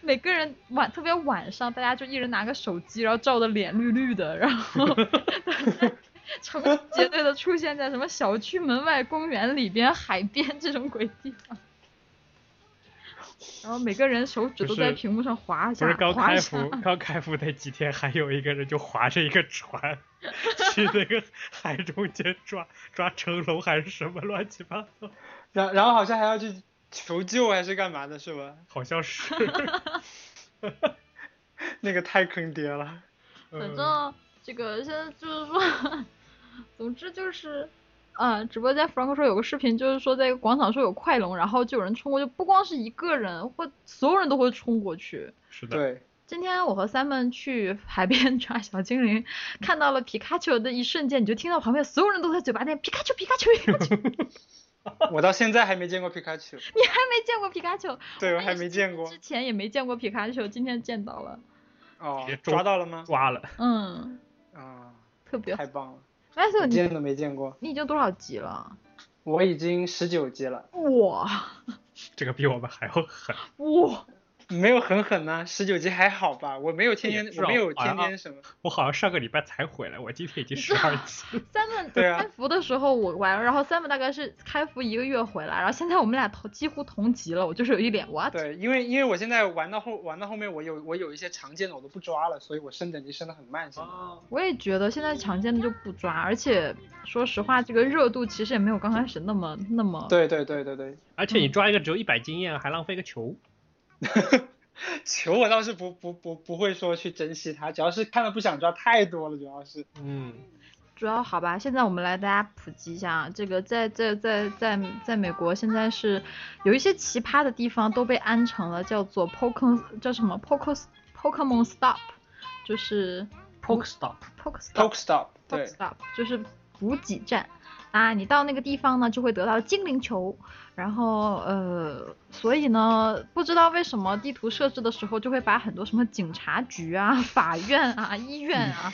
Speaker 4: 每个人晚特别晚上，大家就一人拿个手机，然后照的脸绿绿的，然 后成群结队的出现在什么小区门外、公园里边、海边这种鬼地方。然后每个人手指
Speaker 2: 不
Speaker 4: 都在
Speaker 2: 是
Speaker 4: 屏幕上划一
Speaker 2: 不
Speaker 4: 下，
Speaker 2: 是刚
Speaker 4: 划一
Speaker 2: 开
Speaker 4: 下
Speaker 2: 服， 刚开服那几天，还有一个人就划着一个船，去那个海中间抓抓成龙还是什么乱七八糟，
Speaker 3: 然然后好像还要去求救还是干嘛的，是吧？
Speaker 2: 好像 是。
Speaker 3: 那个太坑爹了。
Speaker 4: 反
Speaker 2: 嗯
Speaker 4: 正这个现在就是说， 总之就是，呃，直播间 Frank 说有个视频，就是说在一个广场说有快龙，然后就有人冲过去，不光是一个人，会所有人都会冲过去。
Speaker 2: 是的，
Speaker 3: 对，
Speaker 4: 今天我和 Simon 去海边 抓小精灵，看到了皮卡丘的一瞬间，你就听到旁边所有人都在嘴巴念皮卡丘，皮卡丘， 皮卡丘，你
Speaker 3: 我到现在还没见过皮卡 丘，
Speaker 4: 还没见过皮卡丘，
Speaker 3: 对我
Speaker 4: 也
Speaker 3: 还
Speaker 4: 是
Speaker 3: 没见 过
Speaker 4: 之。前也没见过皮卡丘，今天见到了，
Speaker 3: 哦
Speaker 2: 别，中
Speaker 3: 抓到了吗？
Speaker 2: 抓了，
Speaker 4: 嗯，
Speaker 3: 啊，
Speaker 4: 特别好。
Speaker 3: 太棒了，
Speaker 4: 哎，所
Speaker 3: 我
Speaker 4: 以你
Speaker 3: 见都没见过。
Speaker 4: 你已经多少级了？
Speaker 3: 我已经十九级了，
Speaker 4: 哇
Speaker 2: 这个比我们还要狠。
Speaker 4: 哇！
Speaker 3: 没有很狠呐、1十九级还好吧？我没有天天
Speaker 2: 也，是哦
Speaker 3: 我没有
Speaker 2: 好像
Speaker 3: 天天什么。
Speaker 2: 我好像上个礼拜才回来，我今天已经十 二级了。
Speaker 4: 三本
Speaker 3: 对啊
Speaker 4: 开服的时候我玩，然后三本大概是开服一个月回来，然后现在我们俩同几乎同级了，我就是有一脸 what，
Speaker 3: 对，因为因为我现在玩到后玩到后面，我有我有一些常见的我都不抓了，所以我升等级升的很慢。
Speaker 2: 哦
Speaker 3: 现在
Speaker 4: 我也觉得现在常见的就不抓，而且说实话，这个热度其实也没有刚开始那么那 么，
Speaker 3: 对对对对对，
Speaker 2: 而且你抓一个只有一百经验，还浪费个球。
Speaker 3: 球我倒是不不不不会说去珍惜它，主要是看了不想抓太多了，主要是。
Speaker 2: 嗯，
Speaker 4: 主要好吧，现在我们来大家普及一下啊，这个在在在在在美国现在是有一些奇葩的地方都被安成了叫做 Pokemon 叫什么 Pokemon Pokemon Stop，就是
Speaker 2: Pokestop
Speaker 4: Pokemon Stop。
Speaker 3: Poke Stop，对
Speaker 4: stop 就是补给站啊，你到那个地方呢，就会得到精灵球，然后呃，所以呢，不知道为什么地图设置的时候就会把很多什么警察局啊、法院啊、医院啊，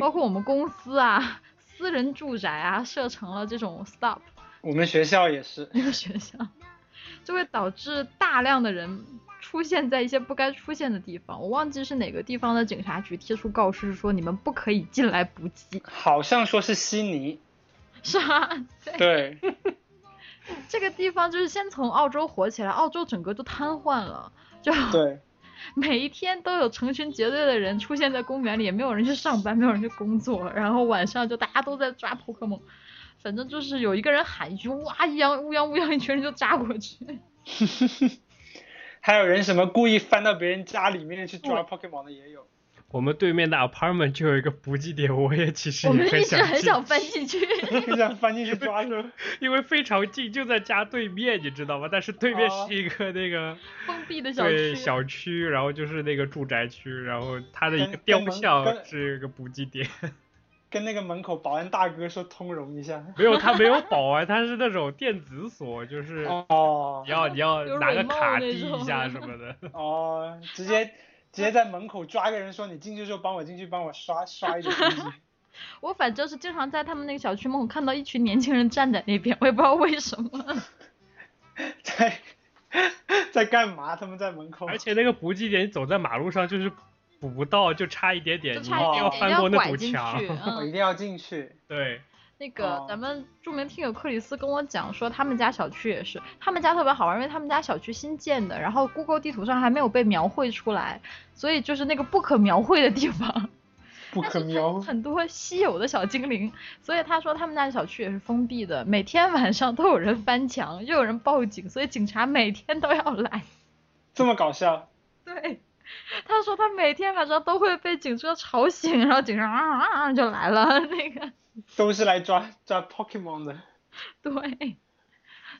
Speaker 4: 包括我们公司啊、私人住宅啊，设成了这种 stop
Speaker 3: 我们学校也是。
Speaker 4: 那个选项，就会导致大量的人。出现在一些不该出现的地方，我忘记是哪个地方的警察局贴出告示说你们不可以进来补给，
Speaker 3: 好像说是悉尼，
Speaker 4: 是吧？对，
Speaker 3: 对，
Speaker 4: 这个地方就是先从澳洲火起来，澳洲整个就瘫痪了，就
Speaker 3: 对，
Speaker 4: 每一天都有成群结队的人出现在公园里，也没有人去上班，没有人去工作，然后晚上就大家都在抓 p o k 反正就是有一个人喊一句哇，一样乌泱乌泱，一群人就扎过去。
Speaker 3: 还有人什么故意翻到别人家里面去抓 Pokemon 的也有，
Speaker 2: 我们对面的 apartment 就有一个补给点，我也其实
Speaker 4: 我们
Speaker 2: 也
Speaker 4: 一
Speaker 2: 很
Speaker 4: 直
Speaker 2: 想
Speaker 4: 很
Speaker 2: 进
Speaker 4: 想翻 进去，
Speaker 3: 就想翻进去抓住。
Speaker 2: 因为非常近，就在家对面，你知道吗？但是对面
Speaker 3: 哦
Speaker 2: 是一个那个、
Speaker 4: 封闭的小
Speaker 2: 对
Speaker 4: 区。
Speaker 2: 小区，然后就是那个住宅区，然后它的一
Speaker 3: 跟
Speaker 2: 个
Speaker 3: 跟
Speaker 2: 雕
Speaker 3: 门
Speaker 2: 像
Speaker 3: 跟
Speaker 2: 是一个补给点，
Speaker 3: 跟那个门口保安大哥说通融一下。
Speaker 2: 没有它没有保安，它是那种电子锁，就是
Speaker 3: 哦
Speaker 2: 你要你要
Speaker 4: 有
Speaker 2: 拿个
Speaker 4: remote
Speaker 2: 卡
Speaker 4: 那
Speaker 2: 滴一
Speaker 4: 种
Speaker 2: 下什么 的。
Speaker 3: 哦，直接直接在门口抓个人说你进去之后帮我进去，帮我刷刷一点东西。
Speaker 4: 我反正是经常在他们那个小区门口看到一群年轻人站在那边，我也不知道为什么。
Speaker 3: 在在干嘛？他们在门口。
Speaker 2: 而且那个补给点，你走在马路上就是补不到，就差一点点，
Speaker 4: 就
Speaker 2: 你一
Speaker 4: 差
Speaker 2: 定
Speaker 4: 一
Speaker 2: 要
Speaker 4: 点点
Speaker 2: 翻
Speaker 4: 要
Speaker 2: 过那
Speaker 4: 拐
Speaker 2: 堵
Speaker 4: 进去。
Speaker 2: 墙。
Speaker 3: 我一
Speaker 4: 嗯，
Speaker 3: 定要进去。
Speaker 2: 对，
Speaker 4: 那个
Speaker 3: 哦
Speaker 4: 咱们著名听友克里斯跟我讲说，他们家小区也是，他们家特别好玩，因为他们家小区新建的，然后 Google 地图上还没有被描绘出来，所以就是那个不可描绘的地方。
Speaker 3: 不
Speaker 4: 但
Speaker 3: 可
Speaker 4: 是它有
Speaker 3: 描。
Speaker 4: 很多稀有的小精灵，所以他说他们家的小区也是封闭的，每天晚上都有人翻墙，又有人报警，所以警察每天都要来。
Speaker 3: 这么搞笑，
Speaker 4: 对，他说他每天晚上都会被警车吵醒，然后警察啊啊啊就来了， 那个
Speaker 3: 都是来抓抓 Pokemon 的。
Speaker 4: 对。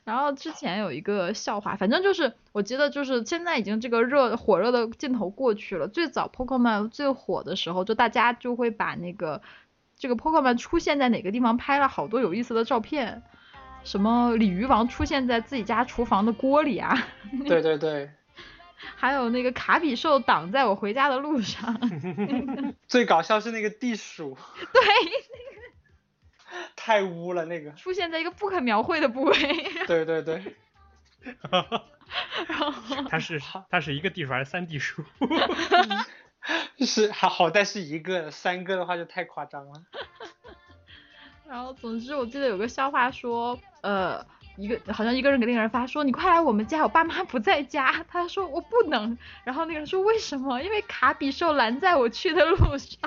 Speaker 4: 然后之前有一个笑话，反正就是我记得就是现在已经这个热火热的劲头过去了。最早 Pokemon 最火的时候，就大家就会把那个这个 Pokemon 出现在哪个地方拍了好多有意思的照片，什么鲤鱼王出现在自己家厨房的锅里啊，
Speaker 3: 对对对，
Speaker 4: 还有那个卡比兽挡在我回家的路上。
Speaker 3: 最搞笑是那个地鼠，
Speaker 4: 对，
Speaker 3: 太污了那 个。
Speaker 4: 出现在一个不可描绘的部位，
Speaker 3: 对对对，
Speaker 2: 它是它是一个地数还是三地数？
Speaker 3: 是好好歹是一个，三个的话就太夸张了。
Speaker 4: 然后总之我记得有个笑话说，呃，一个好像一个人给那个人发说你快来我们家，我爸妈不在家。他说我不能，然后那个人说为什么？因为卡比兽拦在我去的路上。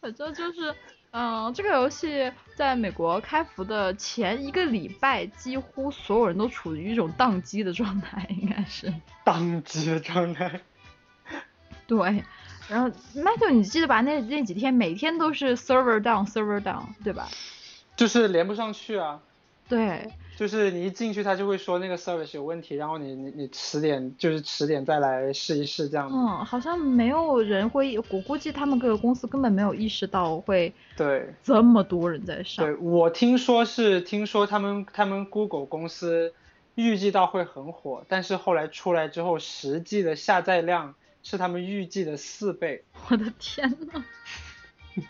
Speaker 4: 反正就是，嗯、这个游戏在美国开服的前一个礼拜，几乎所有人都处于一种宕机的状态，应该是。
Speaker 3: 宕机的状态。
Speaker 4: 对，然后 Matthew，你记得吧？那那几天每天都是 server down，server down，对吧？
Speaker 3: 就是连不上去啊，
Speaker 4: 对，
Speaker 3: 就是你一进去，他就会说那个 service 有问题，然后你你你迟点就是迟点再来试一试这样子。
Speaker 4: 嗯，好像没有人会，我估计他们各个公司根本没有意识到会
Speaker 3: 对
Speaker 4: 这么多人在上
Speaker 3: 对，。我听说是听说他们他们 Google 公司预计到会很火，但是后来出来之后，实际的下载量是他们预计的四倍。
Speaker 4: 我的天呐，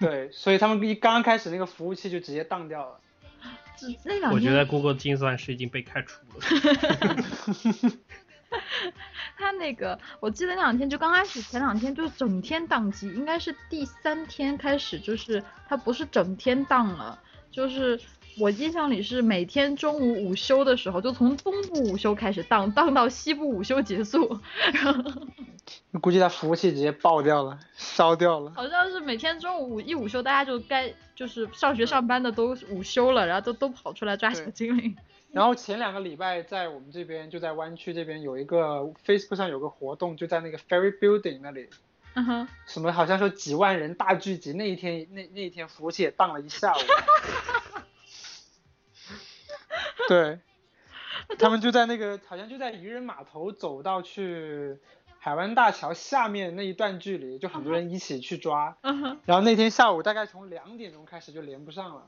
Speaker 3: 对，所以他们一刚刚开始那个服务器就直接当掉了。
Speaker 4: 这那两
Speaker 2: 我觉
Speaker 4: 天
Speaker 2: 得 Google 精算师已经被开除了。
Speaker 4: 他那个，我记得那两天就刚开始，前两天就整天宕机，应该是第三天开始，就是他不是整天宕了，就是我印象里是每天中午午休的时候，就从东部午休开始宕，宕到西部午休结束，
Speaker 3: 估计他服务器直接爆掉了，烧掉 了。
Speaker 4: 好像是每天中午一午休，大家就该就是上学上班的都午休了，然后都都跑出来抓小
Speaker 3: 对
Speaker 4: 精灵。
Speaker 3: 然后前两个礼拜在我们这边，就在湾区这边有一个 Facebook 上有个活动，就在那个 Ferry Building 那里，
Speaker 4: 嗯哼，
Speaker 3: 什么好像说几万人大聚集，那一天那那一天服务器也当了一下午。对，他们就在那个好像就在渔人码头走到去海湾大桥下面那一段距离，就很多人一起去抓。
Speaker 4: 嗯哼，
Speaker 3: 然后那天下午大概从两点钟开始就连不上了，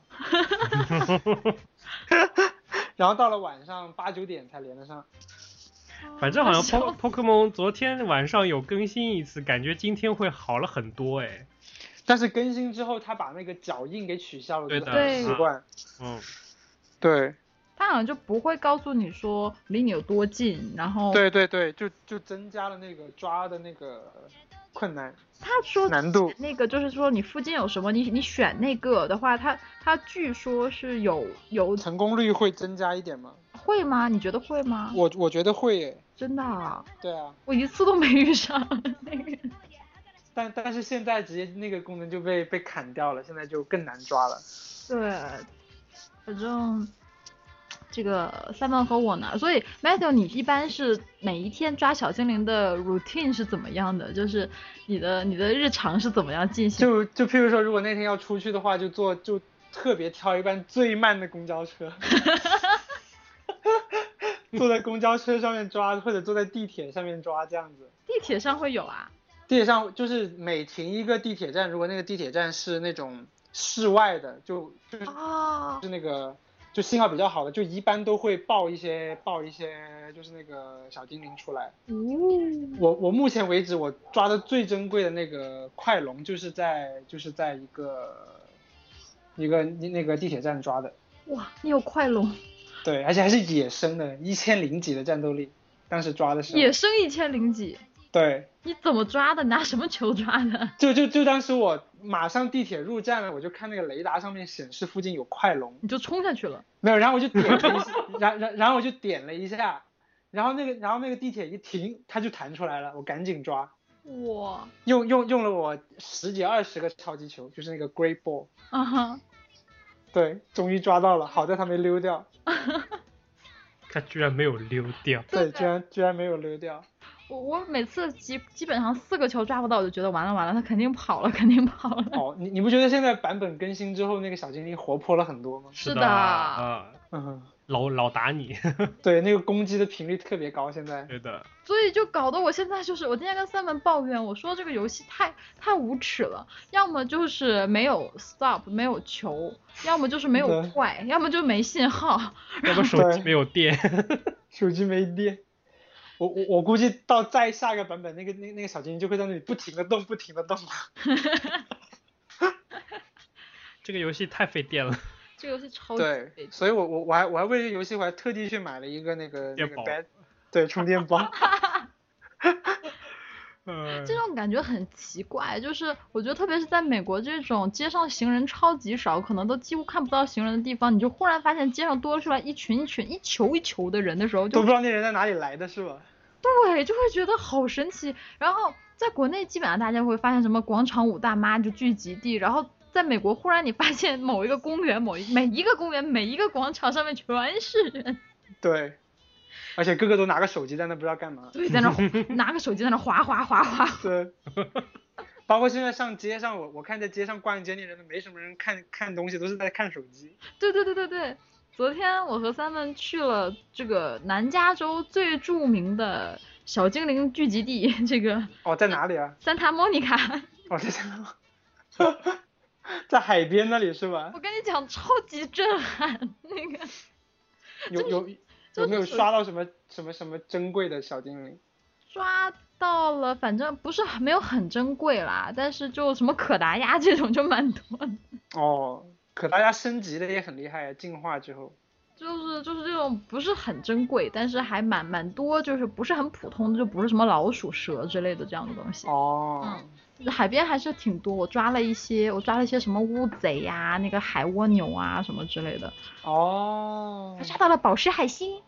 Speaker 3: 然后到了晚上八九点才连得上。
Speaker 2: 反正好像 Po
Speaker 4: 笑
Speaker 2: Pokemon 昨天晚上有更新一次，感觉今天会好了很多哎。
Speaker 3: 但是更新之后，他把那个脚印给取消了，
Speaker 2: 对
Speaker 3: 就
Speaker 2: 的
Speaker 3: 很奇
Speaker 4: 对
Speaker 3: 怪。
Speaker 2: 嗯，
Speaker 3: 对
Speaker 4: 他好像就不会告诉你说离你有多近，然后
Speaker 3: 对对对，就就增加了那个抓的那个困难
Speaker 4: 他说
Speaker 3: 难度。
Speaker 4: 那个就是说，你附近有什么，你你选那个的话，它它据说是有有
Speaker 3: 成功率会增加一点吗？
Speaker 4: 会吗？你觉得会吗？
Speaker 3: 我我觉得会耶，
Speaker 4: 真的、啊，
Speaker 3: 对啊，
Speaker 4: 我一次都没遇上那个。
Speaker 3: 但但是现在直接那个功能就被被砍掉了，现在就更难抓了。
Speaker 4: 对，反正这个三万和我呢？所以 Matthew，你一般是每一天抓小精灵的 routine 是怎么样的？就是你的你的日常是怎么样进行？
Speaker 3: 就就譬如说，如果那天要出去的话，就坐就特别挑一班最慢的公交车， 坐在公交车上面抓，或者坐在地铁上面抓这样子。
Speaker 4: 地铁上会有啊？
Speaker 3: 地铁上就是每停一个地铁站，如果那个地铁站是那种室外的，就就是
Speaker 4: 哦
Speaker 3: 是那个就信号比较好的，就一般都会报一些报一些就是那个小精灵出来。
Speaker 4: 嗯
Speaker 3: 我我目前为止我抓的最珍贵的那个快龙就是在就是在一个一个那个地铁站抓的，
Speaker 4: 哇，你有快龙，
Speaker 3: 对，而且还是野生的，一千零几的战斗力，当时抓的时候，
Speaker 4: 野生一千零几，
Speaker 3: 对，
Speaker 4: 你怎么抓的？拿什么球抓的？
Speaker 3: 就就就当时我马上地铁入站了，我就看那个雷达上面显示附近有快龙，
Speaker 4: 你就冲下去了。
Speaker 3: 没有，然后我就点了一下，然然然后我就点了一下，然后那个然后那个地铁一停，它就弹出来了，我赶紧抓，
Speaker 4: 哇，
Speaker 3: 用用用了我十几二十个超级球，就是那个 Great Ball，
Speaker 4: 啊哈，
Speaker 3: 对，终于抓到了，好在它没溜掉，
Speaker 2: 他居然没有溜掉。
Speaker 4: 对
Speaker 3: 对，居然居然没有溜掉，
Speaker 4: 我我每次基基本上四个球抓不到，我就觉得完了完了，他肯定跑了，肯定跑了。
Speaker 3: 哦，你你不觉得现在版本更新之后那个小精灵活泼了很多吗？
Speaker 4: 是
Speaker 2: 的，
Speaker 4: 的
Speaker 2: 啊，
Speaker 3: 嗯，
Speaker 2: 老老打你，
Speaker 3: 对，那个攻击的频率特别高，现在，
Speaker 2: 对的，
Speaker 4: 所以就搞得我现在就是，我今天跟三门抱怨，我说这个游戏太太无耻了，要么就是没有 stop，没有球，要么就是没有
Speaker 3: 对
Speaker 4: 怪，要么就没信号。
Speaker 2: 要不手机
Speaker 3: 对
Speaker 2: 没有电。
Speaker 3: 手机没电。我我我估计到再下一个版本，那个那那个小精灵就会在那里不停的动，不停的动了。
Speaker 2: 这个游戏太费电了，
Speaker 4: 这个游戏超级
Speaker 3: 对
Speaker 4: 费，劲
Speaker 3: 所以我我我还我还为这个游戏我还特地去买了一个那个那
Speaker 2: 电
Speaker 3: 个
Speaker 2: 宝
Speaker 3: bed，对，充电 宝。
Speaker 2: 嗯，
Speaker 4: 这种感觉很奇怪，就是我觉得特别是在美国这种街上行人超级少，可能都几乎看不到行人的地方，你就忽然发现街上多出来一群一群、一球一球的人的时候，
Speaker 3: 都
Speaker 4: 就
Speaker 3: 不知道那人在哪里来的是吧？
Speaker 4: 对，就会觉得好神奇。然后在国内基本上大家会发现什么广场舞大妈就聚集地，然后在美国忽然你发现某一个公园、某一每一个公园、每一个广场上面全是人，
Speaker 3: 对，而且个个都拿个手机在那不知道干嘛。
Speaker 4: 对，在那儿拿个手机在那儿划划划划。
Speaker 3: 对，包括现在上街上，我我看在街上逛街那人都没什么人看看东西，都是在看手机。
Speaker 4: 对对对对对，昨天我和三问去了这个南加州最著名的小精灵聚集地，这个
Speaker 3: 哦，在哪里啊？
Speaker 4: 三塔莫妮卡。
Speaker 3: 哦，在这儿 在海边那里是吧
Speaker 4: 我？跟你讲，超级震撼，那个
Speaker 3: 有有
Speaker 4: 就
Speaker 3: 有没有
Speaker 4: 是手
Speaker 3: 刷到什么什么什么珍贵的小精灵？
Speaker 4: 抓到了，反正不是没有很珍贵啦，但是就什么可达鸭这种就蛮多的。
Speaker 3: 哦，可大家升级的也很厉害，啊进化之后。
Speaker 4: 就是就是这种不是很珍贵，但是还蛮蛮多，就是不是很普通的，就不是什么老鼠、蛇之类的这样的东西。
Speaker 3: 哦，
Speaker 4: 海边还是挺多，我抓了一些，我抓了一些什么乌贼呀、那个海蜗牛啊什么之类的，
Speaker 3: 哦
Speaker 4: 还，抓到了宝石海星。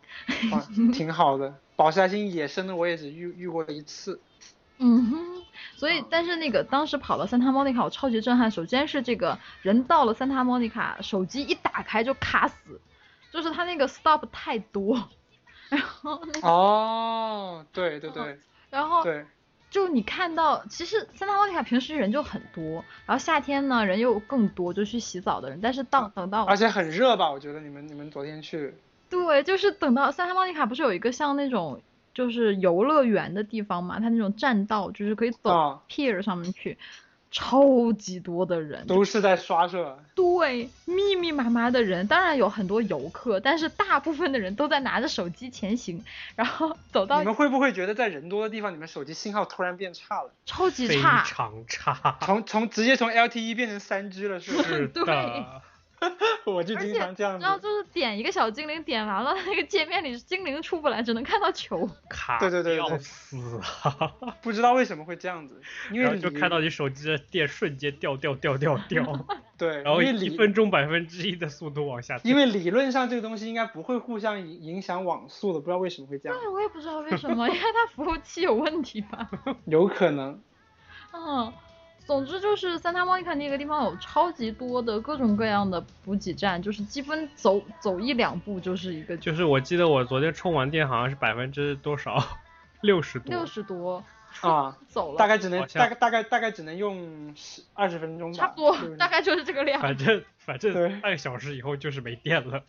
Speaker 3: 哇挺好的。宝石爱心野生的我也只遇遇过一 次。
Speaker 4: 嗯哼，所以
Speaker 3: 嗯
Speaker 4: 但是那个当时跑到三塔莫妮卡，我超级震撼。首先是这个人到了三塔莫妮卡，手机一打开就卡死，就是它那个 stop 太多，然后
Speaker 3: 哦，对对对
Speaker 4: 然后
Speaker 3: 对，
Speaker 4: 就你看到，其实三塔莫妮卡平时人就很多，然后夏天呢人又更多，就去洗澡的人，但是到等到
Speaker 3: 嗯而且很热吧？我觉得你们你们昨天去，
Speaker 4: 对，就是等到三塔莫尼卡不是有一个像那种就是游乐园的地方嘛，它那种栈道就是可以走
Speaker 3: 啊
Speaker 4: pier 上面去，超级多的人，
Speaker 3: 都是在刷是吧？
Speaker 4: 对，密密麻麻的人，当然有很多游客，但是大部分的人都在拿着手机前行，然后走到
Speaker 3: 你们会不会觉得在人多的地方，你们手机信号突然变差了？
Speaker 4: 超级
Speaker 2: 非
Speaker 4: 差，
Speaker 2: 常差。
Speaker 3: 从从直接从 LTE 变成三 G 了，是不是？
Speaker 2: 是
Speaker 4: 对
Speaker 2: 的，
Speaker 3: 我就
Speaker 4: 而
Speaker 3: 经
Speaker 4: 且
Speaker 3: 常这样
Speaker 4: 然后
Speaker 3: 子。
Speaker 4: 就是点一个小精灵，点完了那个界面里精灵出不来，只能看到球。
Speaker 2: 卡
Speaker 3: 对对对对
Speaker 2: 要死啊！
Speaker 3: 不知道为什么会这样子，因
Speaker 2: 然后
Speaker 3: 为
Speaker 2: 就
Speaker 3: 你
Speaker 2: 看到你手机的电瞬间掉掉掉掉 掉，
Speaker 3: 对，
Speaker 2: 然后
Speaker 3: 因为
Speaker 2: 一
Speaker 3: 理
Speaker 2: 分钟百分之一的速度往下掉。
Speaker 3: 因为理论上这个东西应该不会互相影影响网速的，不知道为什么会 这样，
Speaker 4: 对，我也不知道为什么，应该它服务器有问题吧。
Speaker 3: 有可能。
Speaker 4: 嗯，总之就是 Santa Monica 那个地方有超级多的各种各样的补给站，就是基本走走一两步就是一个
Speaker 2: 就是我记得我昨天充完电好像是百分之多少，六十多。
Speaker 4: 六十多
Speaker 3: 啊，
Speaker 4: 走了，
Speaker 3: 大概只能
Speaker 2: 好像
Speaker 3: 大概大概大概只能用十二十分钟吧，
Speaker 4: 差不多
Speaker 3: 对对，
Speaker 4: 大概就是这个量。
Speaker 2: 反正反
Speaker 3: 对
Speaker 2: 正半个小时以后就是没电了。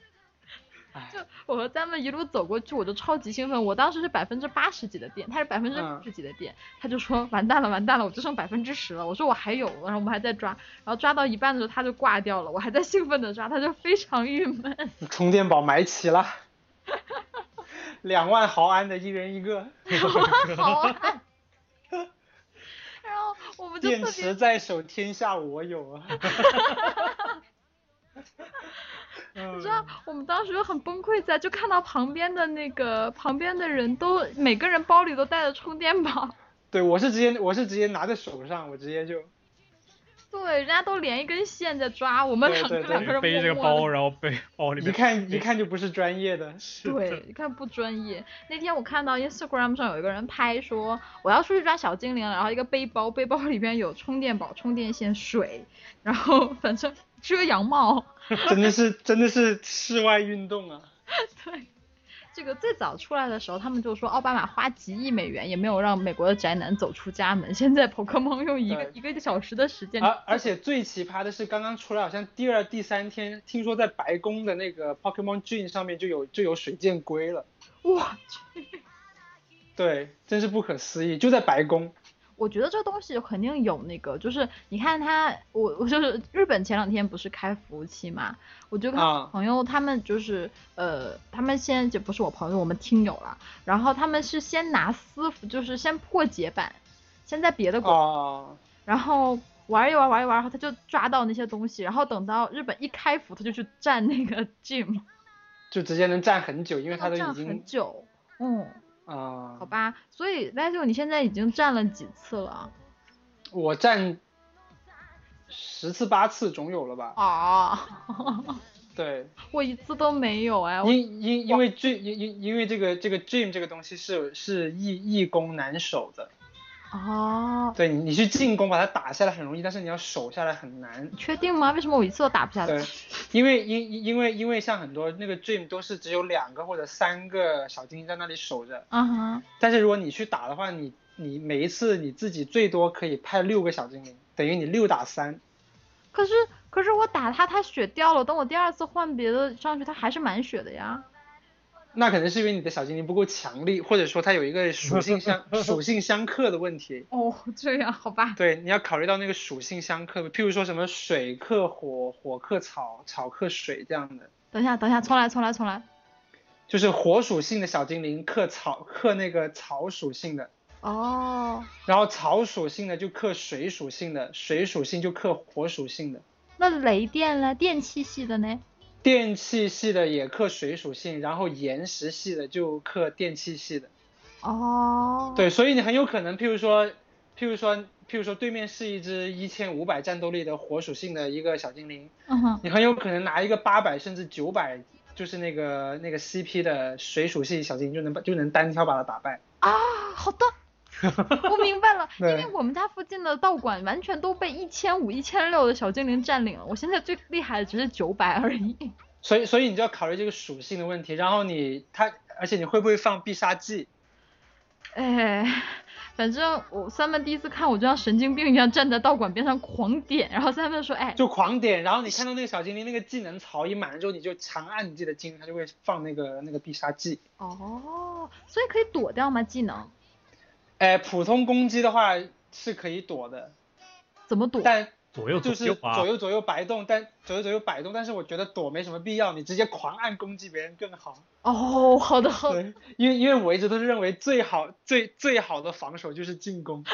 Speaker 4: 我和丹们一路走过去，我就超级兴奋。我当时是百分之八十几的电，他是百分之
Speaker 3: 嗯
Speaker 4: 五十几的电，他就说完蛋了，完蛋了，我就剩百分之十了。我说我还有，然后我们还在抓，然后抓到一半的时候他就挂掉了，我还在兴奋的抓，他就非常郁闷。
Speaker 3: 充电宝买齐了，两万毫安的一人一个，
Speaker 4: 好啊。 然后我们就
Speaker 3: 电
Speaker 4: 特别
Speaker 3: 池在手，天下我有 啊。嗯
Speaker 4: 你
Speaker 2: 嗯
Speaker 4: 知道我们当时就很崩溃在，就看到旁边的那个旁边的人都每个人包里都带着充电宝，
Speaker 3: 对，我是直接我是直接拿在手上，我直接就
Speaker 4: 对，人家都连一根线在抓，我们
Speaker 3: 对
Speaker 4: 两个
Speaker 3: 对
Speaker 4: 两个 人
Speaker 2: 背着个
Speaker 4: 默默地
Speaker 2: 包，然后背包里
Speaker 3: 一
Speaker 2: 面
Speaker 3: 看一看就不是专业的，
Speaker 4: 对，你看不专业。那天我看到 Instagram 上有一个人拍说，我要出去抓小精灵了，然后一个背包，背包里边有充电宝、充电线、水，然后反正遮阳帽。
Speaker 3: 真的是真的是室外运动啊。
Speaker 4: 这个最早出来的时候，他们就说奥巴马花几亿美元也没有让美国的宅男走出家门。现在 Pokemon 用一个
Speaker 3: 对
Speaker 4: 一个小时的时间，
Speaker 3: 而而且最奇葩的是，刚刚出来好像第二、第三天，听说在白宫的那个 Pokemon Dream 上面就有就有水箭龟了。
Speaker 4: 我去，
Speaker 3: 对，真是不可思议，就在白宫。
Speaker 4: 我觉得这东西肯定有那个，就是你看他，我我就是日本前两天不是开服务器嘛，我就看
Speaker 3: 啊
Speaker 4: 朋友他们就是、呃，他们先就不是我朋友，我们听友了，然后他们是先拿私服，就是先破解版，先在别的国，
Speaker 3: 哦，
Speaker 4: 然后玩一玩玩一玩，然后他就抓到那些东西，然后等到日本一开服，他就去占那个 gym，
Speaker 3: 就直接能站很久，因为它都
Speaker 4: 占
Speaker 3: 已
Speaker 4: 很
Speaker 3: 经
Speaker 4: 久，嗯，
Speaker 3: 啊、
Speaker 4: 哦好吧，所以 v a s o 你现在已经占了几次了？
Speaker 3: 我站十次八次总有了吧？
Speaker 4: 哦，
Speaker 3: 对，
Speaker 4: 我一次都没有哎，我
Speaker 3: 因因因为这因因因为这个这个 dream 这个东西是是易易攻难守的，
Speaker 4: 哦，
Speaker 3: 对你你去进攻把它打下来很容易，但是你要守下来很难。
Speaker 4: 你确定吗？为什么我一次都打不下
Speaker 3: 对
Speaker 4: 来？，
Speaker 3: 因为因因因为因为像很多那个 dream 都是只有两个或者三个小精灵在那里守着，
Speaker 4: 啊哈，
Speaker 3: 但是如果你去打的话，你你每一次你自己最多可以派六个小精灵，等于你六打三。
Speaker 4: 可是可是我打他，他血掉了。等我第二次换别的上去，他还是满血的呀。
Speaker 3: 那可能是因为你的小精灵不够强力，或者说它有一个属性相属性相克的问题。
Speaker 4: 哦，这样好吧。
Speaker 3: 对，你要考虑到那个属性相克，譬如说什么水克火，火克草，草克水这样的，
Speaker 4: 等一下，等一下，重来，重来，重来。
Speaker 3: 就是火属性的小精灵克草克那个草属性的，
Speaker 4: 哦，
Speaker 3: 然后草属性的就克水属性的，水属性就克火属性的，
Speaker 4: 那雷电呢？电气系的呢？
Speaker 3: 电气系的也克水属性，然后岩石系的就克电气系的。
Speaker 4: 哦，，
Speaker 3: 对，所以你很有可能，譬如说，譬如说，譬如说，对面是一只一千五百战斗力的火属性的一个小精灵，
Speaker 4: 嗯哼，
Speaker 3: 你很有可能拿一个八百甚至九百，就是那个那个 CP 的水属性小精灵就能把就能单挑把它打败。
Speaker 4: 啊，好的。我明白了，因
Speaker 3: 对
Speaker 4: 为我们家附近的道馆完全都被一千五、一千六的小精灵占领了。我现在最厉害的只是九百而已。
Speaker 3: 所以，所以你就要考虑这个属性的问题，然后你它，而且你会不会放必杀技？
Speaker 4: 哎，反正我三妹第一次看，我就像神经病一样站在道馆边上狂点，然后三妹说：“哎，
Speaker 3: 就狂点，然后你看到那个小精灵那个技能槽一满了之后，你就长按你自己的精灵，它就会放那个那个必杀技。
Speaker 4: 哦，所以可以躲掉吗？技能
Speaker 3: 哎，普通攻击的话是可以躲的，
Speaker 4: 怎么躲？
Speaker 3: 但
Speaker 2: 左右左
Speaker 3: 就是
Speaker 2: 右啊
Speaker 3: 左，右左右摆动，但左右左右摆动，但是我觉得躲没什么必要，你直接狂按攻击别人更好。
Speaker 4: 哦，好的，好的，
Speaker 3: 对，因为因为我一直都是认为最好最最好的防守就是进攻。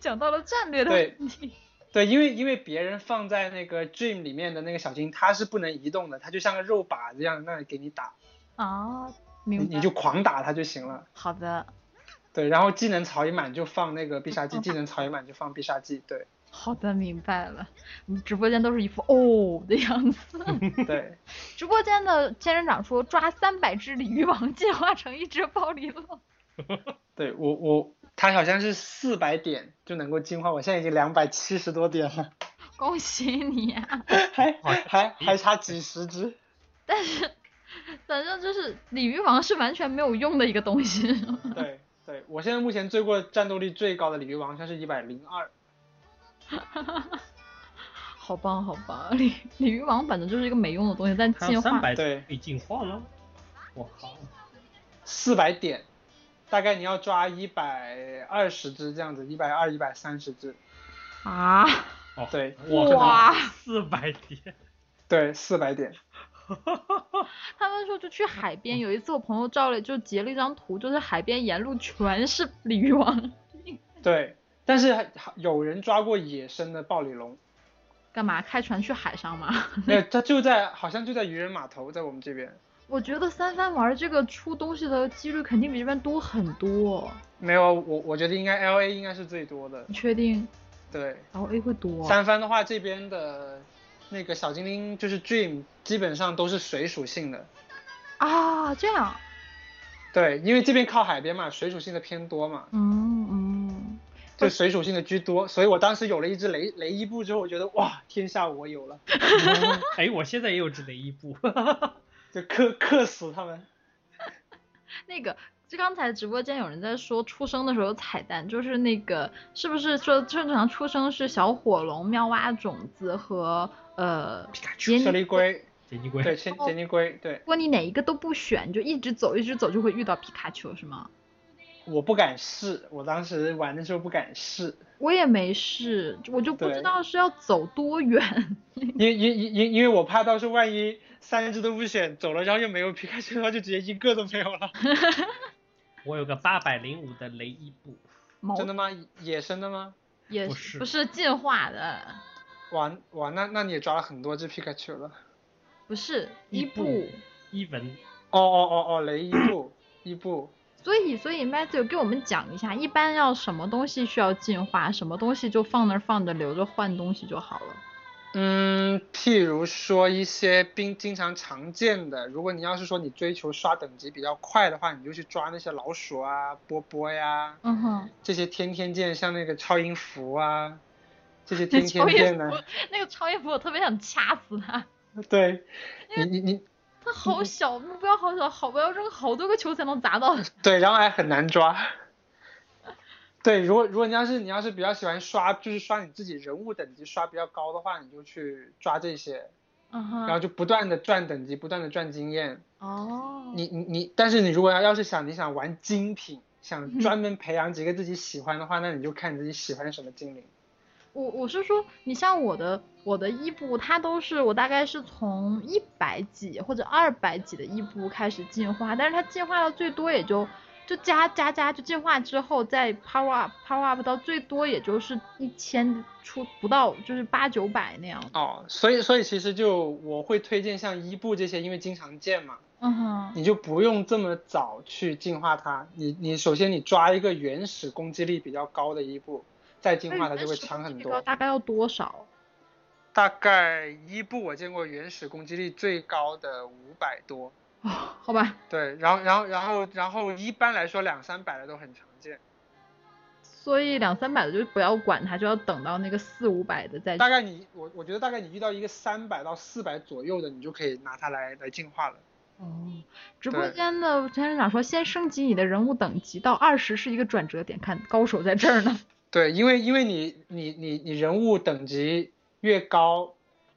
Speaker 4: 讲到了战略的
Speaker 3: 对
Speaker 4: 问题。
Speaker 3: 对，因为因为别人放在那个 Dream 里面的那个小精灵，它是不能移动的，它就像个肉靶子一样，那里给你打，
Speaker 4: 啊，
Speaker 3: 你
Speaker 4: 明白。
Speaker 3: 你就狂打它就行了。
Speaker 4: 好的，
Speaker 3: 对，然后技能槽一满就放那个必杀技，技能槽一满就放必杀技。对
Speaker 4: 好的，明白了。你直播间都是一副哦的样 子。
Speaker 3: 对，
Speaker 4: 直播间的仙人掌说抓三百只鲤鱼王进化成一只暴鲤龙。
Speaker 3: 对我我它好像是四百点就能够进化，我现在已经两百七十多点了，
Speaker 4: 恭喜你啊！
Speaker 3: 还还还差几十只。
Speaker 4: 但是，反正就是鲤鱼王是完全没有用的一个东西。
Speaker 3: 对对，我现在目前追过战斗力最高的鲤鱼王，它是一百零二。
Speaker 4: 好棒好棒，鲤鲤鱼王反正就是一个没用的东西，但
Speaker 2: 它
Speaker 4: 进
Speaker 2: 三
Speaker 4: 化
Speaker 2: 百
Speaker 3: 对
Speaker 2: 以进化吗？我靠！
Speaker 3: 四百点，大概你要抓一百二十只这样子，一百二、一百三十只，
Speaker 4: 啊！
Speaker 2: 哦，
Speaker 3: 对
Speaker 2: 我靠
Speaker 4: 哇，
Speaker 2: 四百点，
Speaker 3: 对，四百点。
Speaker 4: 他们说就去海边，有一次我朋友照了就截了一张图，就是海边沿路全是鲤鱼王，
Speaker 3: 对，但是还还有人抓过野生的暴鲤龙，
Speaker 4: 干嘛开船去海上嘛？
Speaker 3: 没有，它就在好像就在渔人码头，在我们这边。
Speaker 4: 我觉得三番玩这个出东西的几率肯定比这边多很多，
Speaker 3: 没有，我我觉得应该 L A 应该是最多的。
Speaker 4: 你确定？
Speaker 3: 对，
Speaker 4: 然后 A 会多，
Speaker 3: 三番的话，这边的那个小精灵就是 Dream，基本上都是水属性的。
Speaker 4: 啊，这样，
Speaker 3: 对，因为这边靠海边嘛，水属性的偏多嘛，
Speaker 4: 嗯嗯，
Speaker 3: 就水属性的居多，所以我当时有了一只雷雷伊布之后，我觉得哇，天下我有了，
Speaker 2: 哎，我现在也有只雷伊布，
Speaker 3: 就克克死他 们。
Speaker 4: 那个。就刚才直播间有人在说出生的时候彩蛋，就是那个是不是说正常出生是小火龙、妙蛙种子和呃杰
Speaker 3: 小
Speaker 4: 尼
Speaker 3: 丽龟，
Speaker 2: 杰尼
Speaker 3: 对，
Speaker 2: 龟，
Speaker 3: 千杰尼龟，对，
Speaker 4: 如果你哪一个都不选，你就一直走，一直走就会遇到皮卡丘，是吗？
Speaker 3: 我不敢试，我当时玩的时候不敢试，
Speaker 4: 我也没试，我就不知
Speaker 3: 对
Speaker 4: 道是要走多远。
Speaker 3: 因因因因因为我怕到时候万一三只都不选走了，然后又没有皮卡丘的话，就直接一个都没有了。
Speaker 2: 我有个八百零五的雷伊布，
Speaker 4: 毛
Speaker 3: 真的吗？野生的吗？
Speaker 4: 也
Speaker 2: 不
Speaker 4: 是
Speaker 2: 是
Speaker 4: 不是进化的，
Speaker 3: 哇哇，那那你也抓了很多只皮卡丘了。
Speaker 4: 不是
Speaker 2: 伊
Speaker 4: 伊
Speaker 2: 布
Speaker 4: 布。
Speaker 2: 伊文
Speaker 3: 哦哦哦哦，雷伊布，伊布，
Speaker 4: 所以，所以 Matthew 给我们讲一下，一般要什么东西需要进化，什么东西就放那儿放着，留着换东西就好了。
Speaker 3: 嗯，譬如说一些兵经常常见的，如果你要是说你追求刷等级比较快的话，你就去抓那些老鼠啊、波波呀，
Speaker 4: 嗯哼，
Speaker 3: 这些天天见，像那个超音符啊，这些天天
Speaker 4: 超音
Speaker 3: 见
Speaker 4: 符
Speaker 3: 呢，，
Speaker 4: 那个超音符，我特别想掐死他，嗯
Speaker 3: 对，你你你
Speaker 4: 他好小，目标好小，好，我要扔好多个球才能砸到。
Speaker 3: 对，然后还很难抓。对，如果如果你要是你要是比较喜欢刷，就是刷你自己人物等级刷比较高的话，你就去抓这些，
Speaker 4: 嗯
Speaker 3: 然后
Speaker 4: 哼，
Speaker 3: 就不断的赚等级，不断的赚经验。
Speaker 4: 哦，
Speaker 3: 你你你，但是你如果要要是想你想玩精品，想
Speaker 4: 嗯
Speaker 3: 专门培养几个自己喜欢的话，那你就看你自己喜欢什么精灵。
Speaker 4: 我我是说，你像我的我的伊布，它都是我大概是从一百几或者二百几的伊布开始进化，但是它进化到最多也就就加加加就进化之后再 power up power up 到最多也就是一千出不到，就是八九百那样。
Speaker 3: 哦，所以所以其实就我会推荐像伊布这些，因为经常见嘛，
Speaker 4: 嗯哼，
Speaker 3: 你就不用这么早去进化它。你你首先你抓一个原始攻击力比较高的伊布，再进化它就会强很多。
Speaker 4: 大概要多少？
Speaker 3: 大概伊布我见过原始攻击力最高的五百多，
Speaker 4: 哦，好吧，
Speaker 3: 对，然后然后然后然后一般来说两三百的都很常见。
Speaker 4: 所以两三百的就不要管它，就要等到那个四五百的再去
Speaker 3: 大概你我我觉得大概你遇到一个三百到四百左右的，你就可以拿它来来进化了。
Speaker 4: 哦，直播
Speaker 3: 对
Speaker 4: 间的陈院长说，先升级你的人物等级到二十是一个转折点，看高手在这儿呢。
Speaker 3: 对，因为因为你你你你人物等级越高，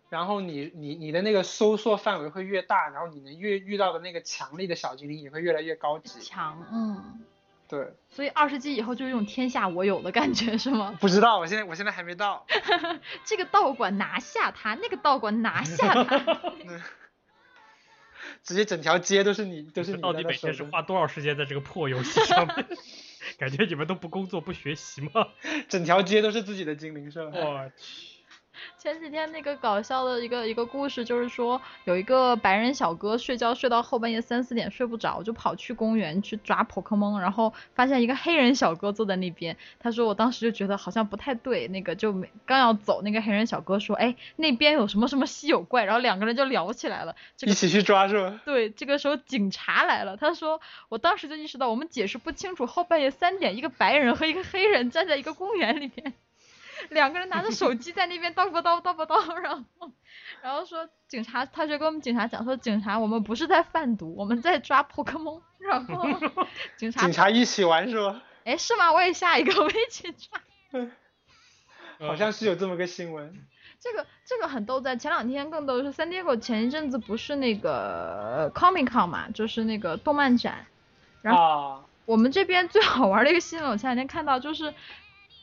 Speaker 3: 然后你你你的那个搜索范围会越大，然后你能越遇到的那个强力的小精灵也会越来越高级。
Speaker 4: 强，嗯，
Speaker 3: 对，
Speaker 4: 所以二十级以后就有一种天下我有的感觉是吗？
Speaker 3: 不知道，我现在我现在还没到。
Speaker 4: 这个道馆拿下他，那个道馆拿下他，
Speaker 3: 直接整条街都是你，都是
Speaker 2: 你们
Speaker 3: 你
Speaker 2: 到底
Speaker 3: 在那
Speaker 2: 每天是
Speaker 3: 守着
Speaker 2: 花多少时间在这个破游戏上面？ 感觉你们都不工作不学习吗？
Speaker 3: 哎
Speaker 2: 哦
Speaker 3: 整条街都是自己的精灵是吧？
Speaker 2: 我
Speaker 4: 前几天那个搞笑的一个一个故事，就是说有一个白人小哥睡觉睡到后半夜三四点睡不着，就跑去公园去抓 Pokemon，然后发现一个黑人小哥坐在那边。他说我当时就觉得好像不太对，那个就没刚要走，那个黑人小哥说，哎，那边有什么什么稀有怪，然后两个人就聊起来了。这
Speaker 3: 一
Speaker 4: 个
Speaker 3: 起去抓是吧？
Speaker 4: 对，这个时候警察来了，他说我当时就意识到我们解释不清楚，后半夜三点，一个白人和一个黑人站在一个公园里面， 两个人拿着手机在那边叨吧叨叨吧叨，然后然后说警察，他就跟我们警察讲说，警察我们不是在贩毒，我们在抓 Pokemon，然 后警察
Speaker 3: 警察一起玩是吧？
Speaker 4: 哎是吗？我也下一个，我一起抓。
Speaker 2: 嗯
Speaker 3: 好像是有这么个新闻。
Speaker 4: 这个这个很逗在，前两天更逗的是，San Diego 前一阵子不是那个呃 Comic Con 嘛，就是那个动漫展，然
Speaker 3: 啊，
Speaker 4: 我们这边最好玩的一个新闻，我前两天看到，就是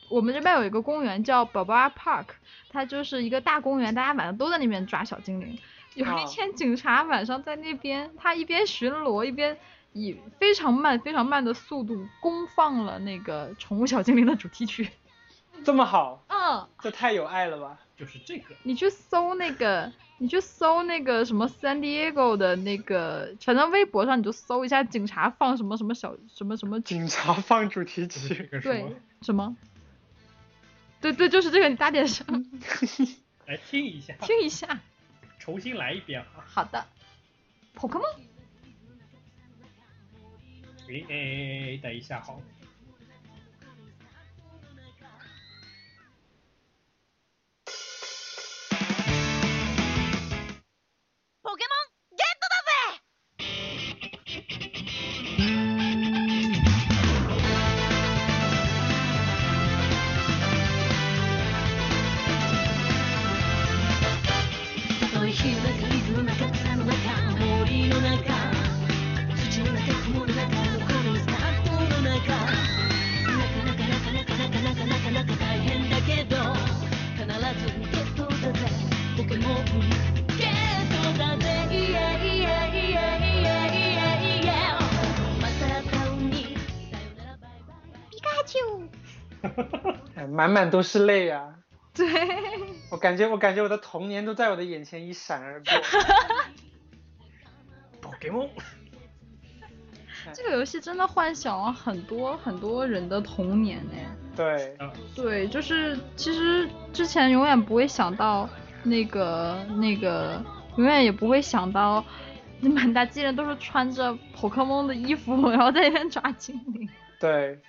Speaker 4: 我们这边有一个公园叫 Barbara Park，它就是一个大公园，大家晚上都在那边抓小精灵。有一
Speaker 3: 啊
Speaker 4: 天，警察晚上在那边，他一边巡逻，一边以非常慢、非常慢的速度公放了那个《宠物小精灵》的主题曲。
Speaker 3: 这么好，
Speaker 4: 嗯，
Speaker 3: 这太有爱了吧？
Speaker 2: 就是这个，
Speaker 4: 你去搜那个，你去搜那个什么 San Diego 的那个，反正微博上你就搜一下警察放什么什么小什么什么
Speaker 3: 警察放主题
Speaker 2: 就是这
Speaker 3: 曲，
Speaker 2: 个什
Speaker 4: 对
Speaker 2: 么？，
Speaker 4: 什么？对对，就是这个，你打点声
Speaker 2: 来听一下，
Speaker 4: 听一下。
Speaker 2: 重新来一遍啊！
Speaker 4: 好的，Pokemon，
Speaker 2: 哎哎哎哎，等一下好。
Speaker 5: ポケモンゲットだぜ
Speaker 6: たとえ火の中水の中草の中森の中土の中雲の中どこのスタートの中なかなかなかなかなかなかなかなか大変だけど必ずゲットだぜポケモンゲットだぜイエイエイエイエイエイエイエイまた会うにさよならバイバイ
Speaker 5: ピカチュウ
Speaker 3: 哎满满都是泪啊！
Speaker 4: 对，
Speaker 3: 我感觉，我感觉我的童年都在我的眼前一闪而过。
Speaker 2: Pokemon，
Speaker 4: 这个游戏真的幻想了很多很多人的童年哎。
Speaker 3: 对，
Speaker 2: 啊
Speaker 4: 对，就是其实之前永远不会想到那个那个，永远也不会想到，满大街人都是穿着 Pokemon 的衣服，然后在那边抓精灵。
Speaker 3: 对，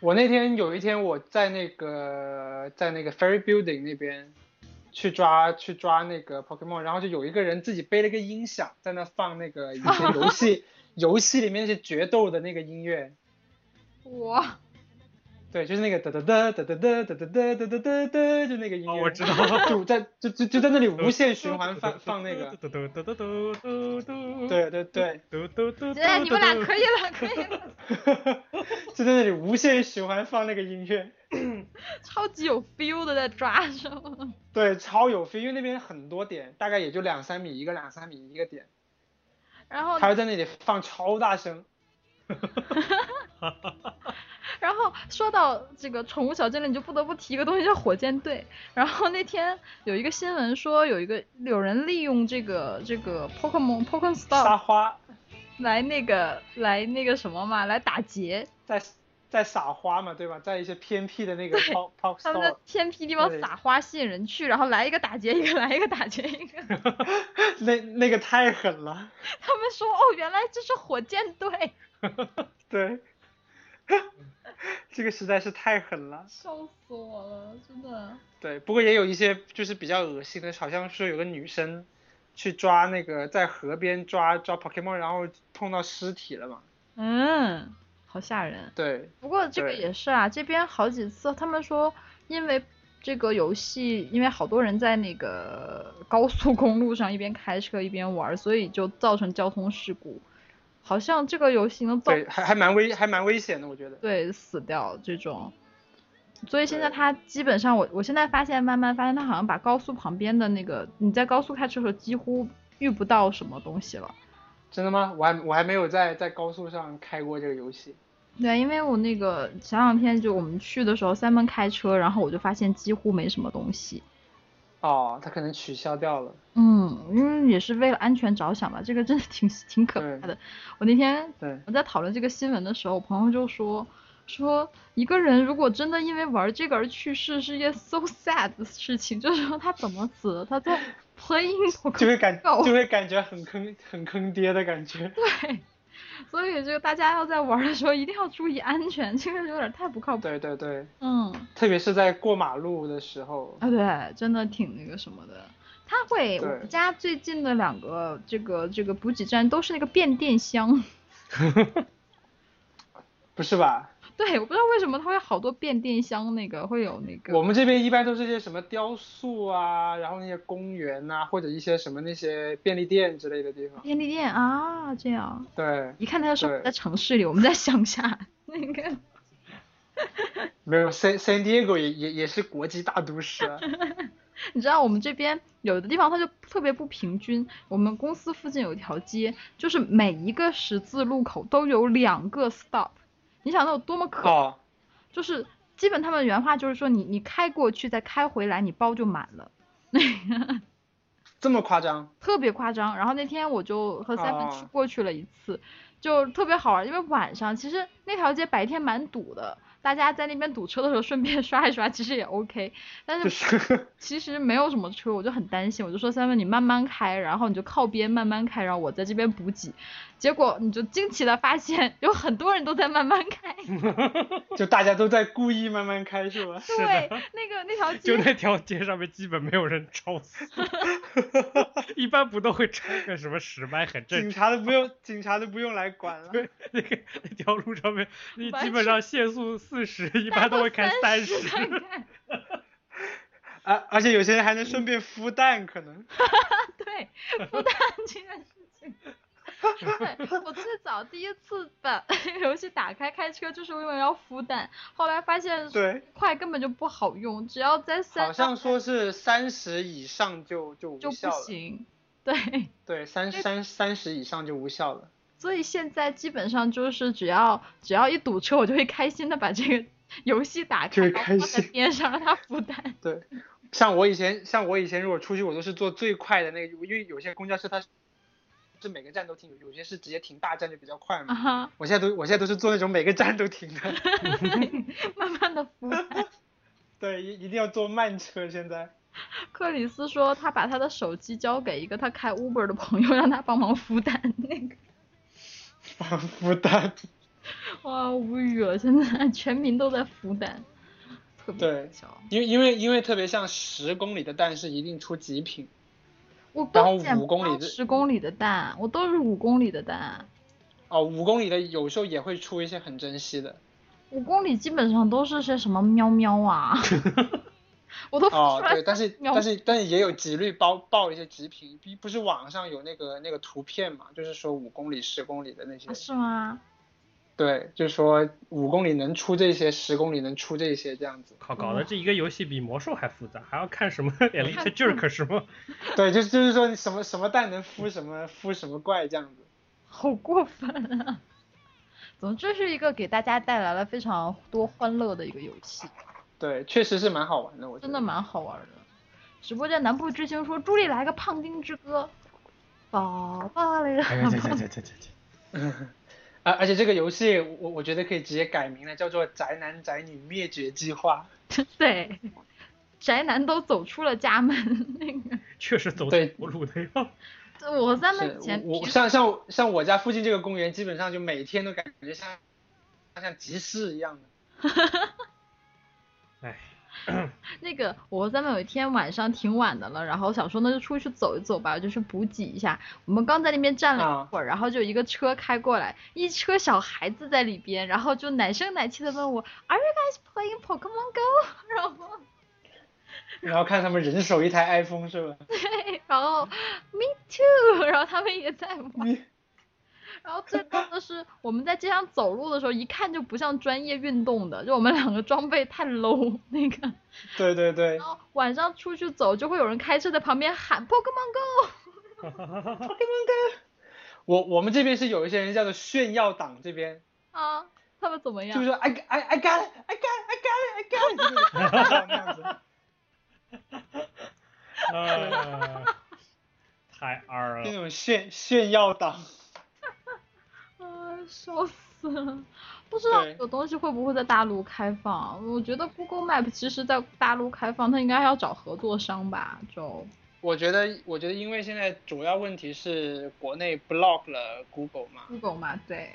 Speaker 3: 我那天有一天我在那个在那个 Ferry Building 那边去抓去抓那个 Pokemon，然后就有一个人自己背了个音响，在那放那个以前游 戏游戏里面那些决斗的那个音乐。
Speaker 4: 哇，
Speaker 3: 对，就是那个哒哒哒哒哒哒哒哒哒哒哒哒哒，就那个音乐。
Speaker 2: 哦我知道
Speaker 3: 就在就就就在那里无限循环
Speaker 2: 嗯
Speaker 3: 放放那个。
Speaker 2: 嘟嘟嘟嘟嘟嘟嘟，
Speaker 3: 对对对，
Speaker 2: 嘟嘟嘟。
Speaker 4: 对，你们俩可
Speaker 2: 以。
Speaker 4: 以了，可以了，
Speaker 3: 就在那里无限循环放那个音乐。
Speaker 4: 超级有 feel 的在抓，是吗？
Speaker 3: 对，超有 feel，因为那边很多点，大概也就两三米一个，两三米一个点，
Speaker 4: 然后
Speaker 3: 他会在那里放超大声。
Speaker 4: 然后说到这个宠物小精灵，你就不得不提一个东西叫火箭队。然后那天有一个新闻说，有一个有人利用这个这个 Pokemon Pokemon
Speaker 3: 撒
Speaker 4: Stop
Speaker 3: 花，
Speaker 4: 来那个来那个什么嘛，来打劫，
Speaker 3: 在在撒花嘛，对吧？在一些偏僻的那个 pop pop
Speaker 4: 他们在
Speaker 3: store
Speaker 4: 偏僻地方
Speaker 3: 对
Speaker 4: 撒花吸引人去，然后来一个打劫一个，来一个打劫一个。
Speaker 3: 那那个太狠了，
Speaker 4: 他们说哦，原来这是火箭队，
Speaker 3: 对， 这个实在是太狠了。
Speaker 4: 笑死我了，真的。
Speaker 3: 对，不过也有一些就是比较恶心的，好像是有个女生去抓那个在河边抓抓 Pokemon，然后碰到尸体了嘛。
Speaker 4: 嗯，好吓人。
Speaker 3: 对，
Speaker 4: 不过这个
Speaker 3: 对
Speaker 4: 也是啊，这边好几次他们说，因为这个游戏，因为好多人在那个 高速公路上一边开车一边玩儿，所以就造成交通事故。好像这个游戏能造
Speaker 3: 对，还还蛮危还蛮危险的，我觉得。
Speaker 4: 对死掉这种。所以现在
Speaker 3: 对
Speaker 4: 它基本上我，我现在发现，慢慢发现它好像把高速旁边的那个，你在高速开车的时候几乎遇不到什么东西了。
Speaker 3: 真的吗？我还我还没有在在高速上开过这个游戏。
Speaker 4: 对，啊因为我那个前两天就我们去的时候，三门开车，然后我就发现几乎没什么东西。
Speaker 3: 哦，它可能取消掉了。
Speaker 4: 嗯，因为也是为了安全着想吧，这个真的挺挺可怕的。我那天
Speaker 3: 对，
Speaker 4: 我在讨论这个新闻的时候，我朋友就说说一个人如果真的因为玩这个而去世，是一件 so sad 的事情。就是说他怎么死的，他在 playing
Speaker 3: 就会感
Speaker 4: Go
Speaker 3: 就会感觉很坑很坑爹的感觉。
Speaker 4: 对， 所以这个大家要在玩的时候一定要注意安全，这个有点太不靠谱。
Speaker 3: 对对对，
Speaker 4: 嗯，
Speaker 3: 特别是在过马路的时候，
Speaker 4: 啊对，真的挺那个什么的。他会，我
Speaker 3: 对
Speaker 4: 们家最近的两个这个这个补给站都是那个变电 箱。
Speaker 3: 不是吧？
Speaker 4: 对，我不知道为什么它会好多变电箱，那个会有那个。
Speaker 3: 我们这边一般都是一些什么雕塑啊，然后那些公园呐、或者一些什么那些便利店之类的地方。
Speaker 4: 便利店啊，这样
Speaker 3: 对，
Speaker 4: 一看他就生活
Speaker 3: 对
Speaker 4: 在城市里，我们在乡下。那个
Speaker 3: 没有 San San Diego 也也也是国际大都市 啊。
Speaker 4: 你知道我们这边有的地方它就特别不平均。我们公司附近有一条街，就是每一个十字路口都有两个 stop。你想那有多么可怕？
Speaker 3: 哦，
Speaker 4: 就是基本他们原话就是说你你开过去再开回来，你包就满了。
Speaker 3: 这么夸张？
Speaker 4: 特别夸张。然后那天我就和三分去
Speaker 3: 哦
Speaker 4: 过去了一次，就特别好玩，因为晚上其实那条街白天蛮堵的，大家在那边堵车的时候顺便 刷一刷，其实也 OK。但
Speaker 3: 就是是
Speaker 4: 其实没有什么车，我就很担心，我就说三分你慢慢开，然后你就靠边慢慢开，然后我在这边补给。结果你就惊奇的发现有很多人都在慢慢开，
Speaker 3: 就大家都在故意慢慢开是吧？
Speaker 2: 是的
Speaker 4: 对，那个那条 街
Speaker 2: 就那条街上面基本没有人超 速，一般不都会超个什么十迈，很正
Speaker 3: 警
Speaker 2: 常。
Speaker 3: 察都不用，警察都不用来管了。
Speaker 2: 对，那个那条路上面，你
Speaker 4: 完
Speaker 2: 基本
Speaker 4: 全
Speaker 2: 上限速四 十，一般都会开三
Speaker 4: 30看
Speaker 2: 十。
Speaker 4: 看
Speaker 3: 而、啊而且有些人还能顺便孵蛋，可 能。
Speaker 4: 对，孵蛋这件事情。对，我最早第一次把 游戏打开开车，就是因为要孵蛋，后来发现
Speaker 3: 对
Speaker 4: 快根本就不好用，只要在
Speaker 3: 好
Speaker 4: 三
Speaker 3: 像说是三十以上就就
Speaker 4: 就
Speaker 3: 无效
Speaker 4: 不
Speaker 3: 了。
Speaker 4: 行。对，
Speaker 3: 对，三三三十以上就无效了。
Speaker 4: 所以现在基本上就是只要只要一堵车，我就会开心的把这个游戏打开，
Speaker 3: 就会
Speaker 4: 然后
Speaker 3: 开
Speaker 4: 放在
Speaker 3: 心
Speaker 4: 边上让它孵蛋。
Speaker 3: 对，像我以前，像我以前如果出去，我都是坐最快的那个，因为有些公交车它是是每个站都停，有有些是直接停大站就比较快
Speaker 4: 啊
Speaker 3: 嘛。
Speaker 4: 哈，
Speaker 3: 我现在都我现在都是坐那种每个站都停的，
Speaker 4: 慢慢的孵蛋。
Speaker 3: 对，一一定要坐慢车。现在
Speaker 4: 克里斯说他把他的手机交给一个他开 Uber 的朋友，让他帮忙孵蛋。那个。
Speaker 3: 仿佛蛋，
Speaker 4: 哇，无语了，现在 全民都在孵蛋，特别
Speaker 3: 对
Speaker 4: 搞笑。
Speaker 3: 因为因为因为特别像十公里的蛋是一定出极品，
Speaker 4: 我
Speaker 3: 然后
Speaker 4: 都捡
Speaker 3: 5公里的
Speaker 4: 十公里的蛋，我都是五公里的蛋，
Speaker 3: 哦，五公里的有时候也会出一些很珍惜的。
Speaker 4: 五公里基本上都是些什么喵喵 啊，我都孵
Speaker 3: 哦
Speaker 4: 出，来
Speaker 3: 对，但是
Speaker 4: 喵
Speaker 3: 但是但是也有几率包爆一些极品，不不是网上有那个那个图片嘛，就是说五公里、十公里的那些
Speaker 4: 啊，是吗？
Speaker 3: 对，就是说五公里能出这些，十公里能出这些这样子。
Speaker 2: 靠，搞得这一个游戏比魔兽还复杂，还要看 什么 Elite
Speaker 4: 看
Speaker 2: Jerk 什么。
Speaker 3: 对，就是就是说你什么什么蛋能孵什么孵什么怪这样子。
Speaker 4: 好过分啊！ 总之是一个给大家带来了非常多欢乐的一个游戏，
Speaker 3: 对，确实是蛮好玩的，我觉
Speaker 4: 真
Speaker 3: 得。
Speaker 4: 的蛮好玩的。直播间南部之星说：“朱莉来个胖丁之歌，宝宝来
Speaker 2: 哎呀，
Speaker 4: 个
Speaker 2: 这这这这这这，
Speaker 3: 而啊而且这个游戏我我觉得可以直接改名了，叫做《宅男宅女灭绝计划
Speaker 4: 对，宅男都走出了家门。 那个，
Speaker 2: 确实走
Speaker 3: 对
Speaker 2: 投无路的呀。
Speaker 4: 对我在》那
Speaker 3: 是。
Speaker 4: 以前
Speaker 3: 我我
Speaker 4: 平
Speaker 3: 像像我像我家附近这个公园，基本上就每天都感觉像像集市一样的。
Speaker 2: 哎，
Speaker 4: 那个我和三妹有一天晚上挺晚的了，然后想说那就出去走一走吧，就是补给一下。我们刚在那边站了
Speaker 3: 啊
Speaker 4: 一会儿，然后就有一个车开过来，一车小孩子在里边，然后就奶声奶气的问我，Are you guys playing Pokemon Go？然 后
Speaker 3: 然后看他们人手一台 iPhone 是吧？
Speaker 4: 对，然后 Me too，然后他们也在玩。
Speaker 3: 你
Speaker 4: 然后最逗的是，我们在街上走路的时候，一看就不像专业运动的，就我们两个装备太 low 那个。
Speaker 3: 对对对
Speaker 4: 然，后晚上出去走，就会有人开车在旁边喊 Pokemon Go。
Speaker 3: 我我们这边是有一些人叫做炫耀党这边，
Speaker 4: 啊，他们怎么
Speaker 3: 就是
Speaker 4: 样？
Speaker 3: 说 I I I got it I got it I got it I got it，就是那样子。
Speaker 2: 呃太二
Speaker 3: 那
Speaker 2: 了。
Speaker 3: 种炫炫耀党，
Speaker 4: 啊，笑死了！不知道
Speaker 3: 对
Speaker 4: 有东西会不会在大陆开放？啊我觉得 Google Map 其实在大陆开放，它应该要找合作商吧？就
Speaker 3: 我觉得，我觉得，因为现在主要问题是国内 block 了 Google 嘛，
Speaker 4: Google 嘛，对，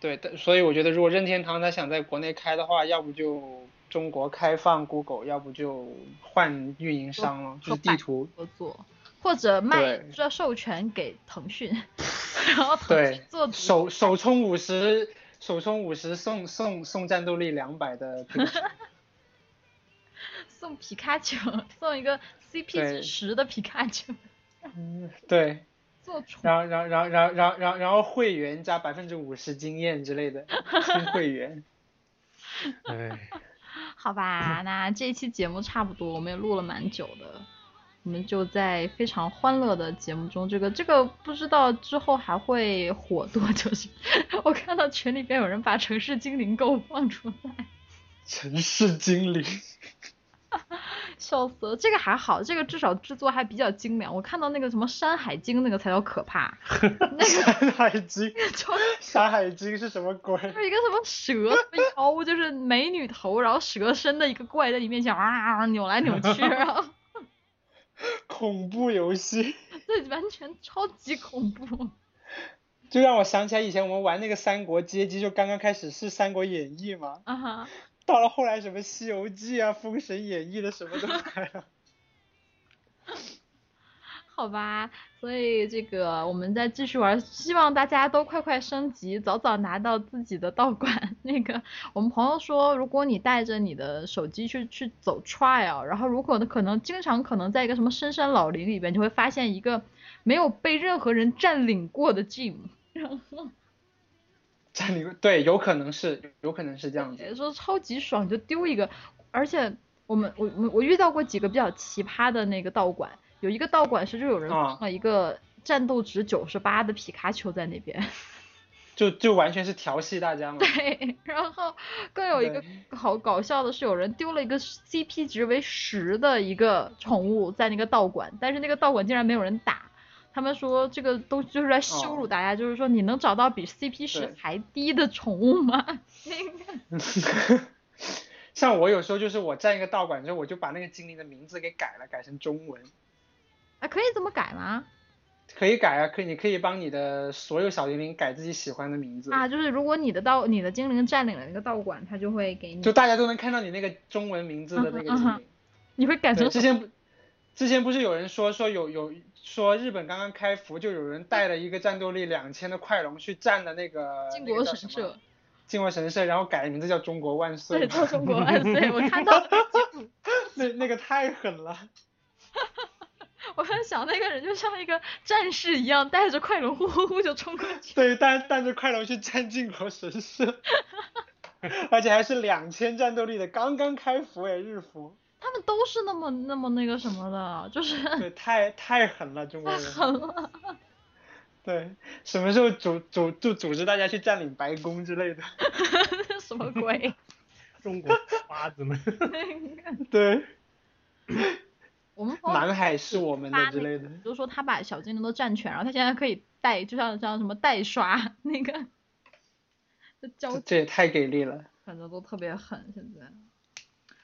Speaker 3: 对，但所以我觉得，如果任天堂他想在国内开的话，要不就中国开放 Google，要不就换运营商了，就是地图。
Speaker 4: 合作或者卖
Speaker 3: 对
Speaker 4: 这授权给腾讯，然后腾
Speaker 3: 对
Speaker 4: 讯做主
Speaker 3: 首首充五十，首充五十送送送战斗力两百的地图，
Speaker 4: 送皮卡丘，送一个 CP 值
Speaker 3: 对
Speaker 4: 十的皮卡丘
Speaker 3: 嗯对，
Speaker 4: 做宠
Speaker 3: 然后然后然后然后然后然后然后会员加百分之五十经验之类的，充会员。
Speaker 2: 哎，
Speaker 4: 好吧，那这一期节目差不多，我们也录了蛮久的，我们就在非常欢乐的节目中，这个这个不知道之后还会火多久。 就是我看到群里边有人把《城市精灵》给我放出来，
Speaker 3: 城市精灵，
Speaker 4: 笑死了。这个还好，这个至少制作还比较精良。我看到那个什么《山海经》那个才叫可怕，
Speaker 3: 山海经，
Speaker 4: 就是
Speaker 3: 山海经是什么鬼？
Speaker 4: 就是一个什么蛇什么腰，就是美女头，然后蛇身的一个怪在你面前啊扭来扭去，然后
Speaker 3: 恐怖游戏。
Speaker 4: 对，完全超级恐怖。
Speaker 3: 就让我想起来以前我们玩那个《三国街机》，就刚刚开始是《三国演义》嘛，
Speaker 4: 啊哈。
Speaker 3: 到了后来什么《西游记》啊，《封神演义》的什么都来了。
Speaker 4: 好吧，所以这个我们再继续玩，希望大家都快快升级，早早拿到自己的道馆。 那个我们朋友说，如果你带着你的手机去去走 trial，然后如果可能经常可能在一个什么深山老林里边，你会发现一个没有被任何人占领过的 gym，
Speaker 3: 占领对，有可能是，有可能是这样子。
Speaker 4: 说超级爽，你就丢一个，而且我们我我我遇到过几个比较奇葩的那个道馆，有一个道馆是就有人
Speaker 3: 啊
Speaker 4: 放了一个战斗值九十八的皮卡丘在那边。
Speaker 3: 就就完全是调戏大家嘛。
Speaker 4: 对，然后更有一个好搞笑的是，有人丢了一个 CP 值为十的一个宠物在那个道馆，但是那个道馆竟然没有人打。他们说这个东西就是来羞辱大家，就是说你能找到比 CP 十
Speaker 3: 哦对
Speaker 4: 还低的宠物吗？
Speaker 3: 像我有时候就是我占一个道馆之后，我就把那个精灵的名字给改了，改成中文。
Speaker 4: 啊，可以这么改吗？
Speaker 3: 可以改啊，可以，你可以帮你的所有小精灵改自己喜欢的名字，
Speaker 4: 啊，就是如果你的道你的精灵占领了那个道馆，它就会给你
Speaker 3: 就，大家都能看到你那个中文名字的那个
Speaker 4: 嗯
Speaker 3: 精
Speaker 4: 哼嗯哼
Speaker 3: 灵。
Speaker 4: 你会改
Speaker 3: 对，
Speaker 4: 成
Speaker 3: 之前不，之前不是有人说说有有说日本刚刚开服，就有人带了一个战斗力两千的快龙去占了那个
Speaker 4: 靖
Speaker 3: 那
Speaker 4: 国
Speaker 3: 个叫
Speaker 4: 神
Speaker 3: 什么
Speaker 4: 社，
Speaker 3: 靖国神社，然后改的名字叫中国万岁
Speaker 4: 对，
Speaker 3: 嘛。
Speaker 4: 到中 国万岁！我看到
Speaker 3: 那那个太狠了，
Speaker 4: 我在想，那个人就像一个战士一样，带着快龙呼呼呼就冲过去。
Speaker 3: 对，但但是快龙去占靖国神 社，而且还是两千战斗力的，刚刚开服哎，日服，
Speaker 4: 他们都是那么那么那个什么的，就是
Speaker 3: 对，太太狠了，中国
Speaker 4: 太
Speaker 3: 人。
Speaker 4: 狠了。
Speaker 3: 对，什么时候组组就组织大家去占领白宫之类的？
Speaker 4: 什么 鬼？
Speaker 2: 中国八子们，
Speaker 3: 对，
Speaker 4: 我们朋友
Speaker 3: 南海是我们
Speaker 4: 发
Speaker 3: 的之类的。
Speaker 4: 就说他把小精灵都占全，然后他现在可以带，就像像什么带刷那个，
Speaker 3: 这
Speaker 4: 就交
Speaker 3: 这也太给力了。
Speaker 4: 反正都特别狠，现在。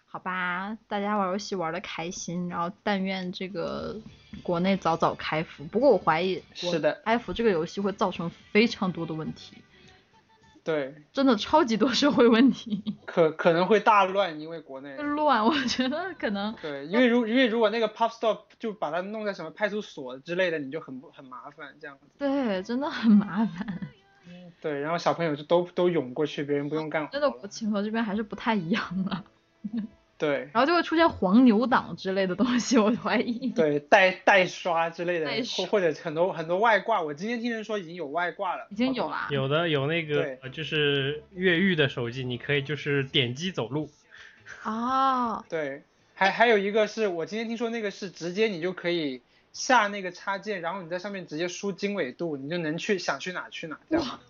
Speaker 4: 好吧，大家玩游戏玩的开心，然后但愿这个国内早早开服。不过我怀疑，
Speaker 3: 是的，
Speaker 4: 开服这个游戏会造成非常多的问题，
Speaker 3: 对，
Speaker 4: 真的超级多社会问题。
Speaker 3: 可可能会大乱，因为国内。
Speaker 4: 乱，我觉得可能
Speaker 3: 对，因为如因为如果那个 pop stop 就把它弄在什么派出所之类的，你就很不很麻烦这样子。
Speaker 4: 对，真的很麻烦。
Speaker 3: 对，然后小朋友就都都涌过去，别人不用干活
Speaker 4: 真的，
Speaker 3: 了
Speaker 4: 国。情和这边还是不太一样的，
Speaker 3: 对
Speaker 4: 然后就会出现黄牛党之类的东西，我怀疑。
Speaker 3: 对，代代刷之类的
Speaker 4: 代，刷
Speaker 3: 或或者很多很多外挂，我今天听人说已经有外挂了，
Speaker 4: 已经有啦，
Speaker 2: 有的有那个
Speaker 3: 对
Speaker 2: 呃就是越狱的手机，你可以就是点击走路，
Speaker 4: 哦，
Speaker 3: 对，还还有一个是我今天听说那个是直接你就可以下那个插件，然后你在上面直接输经纬度，你就能去想去哪去哪这样。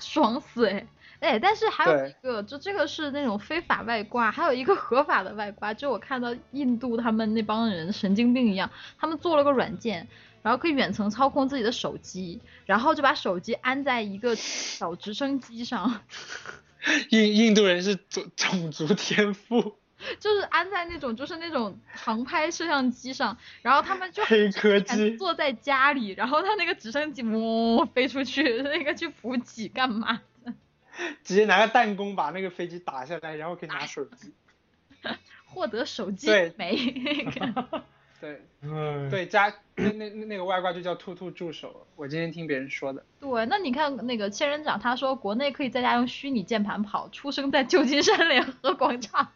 Speaker 4: 爽死哎！哎，但是还有
Speaker 3: 对
Speaker 4: 一个，就这个是那种非法外挂，还有一个合法的外挂。就我看到印度他们那帮人神经病一样，他们做了个软件，然后可以远程操控自己的手机，然后就把手机安在一个小直升机上，
Speaker 3: 印印度人是种种族天赋，
Speaker 4: 就是安在那种就是那种航拍摄像机上，然后他们就
Speaker 3: 黑科
Speaker 4: 全
Speaker 3: 技。
Speaker 4: 坐在家里，然后他那个直升机嗡飞出去， 那个去补给干嘛？
Speaker 3: 直接拿个弹弓把那个飞机打下来，然后可以拿手机。
Speaker 4: 获得手机
Speaker 3: 对
Speaker 4: 没 那个，
Speaker 3: 对
Speaker 1: 嗯，
Speaker 3: 对，加那那那那个外挂就叫兔兔助手，我今天听别人说的。
Speaker 4: 对，那你看那个仙人掌，他说国内可以在家用虚拟键盘跑，出生在旧金山联合广场，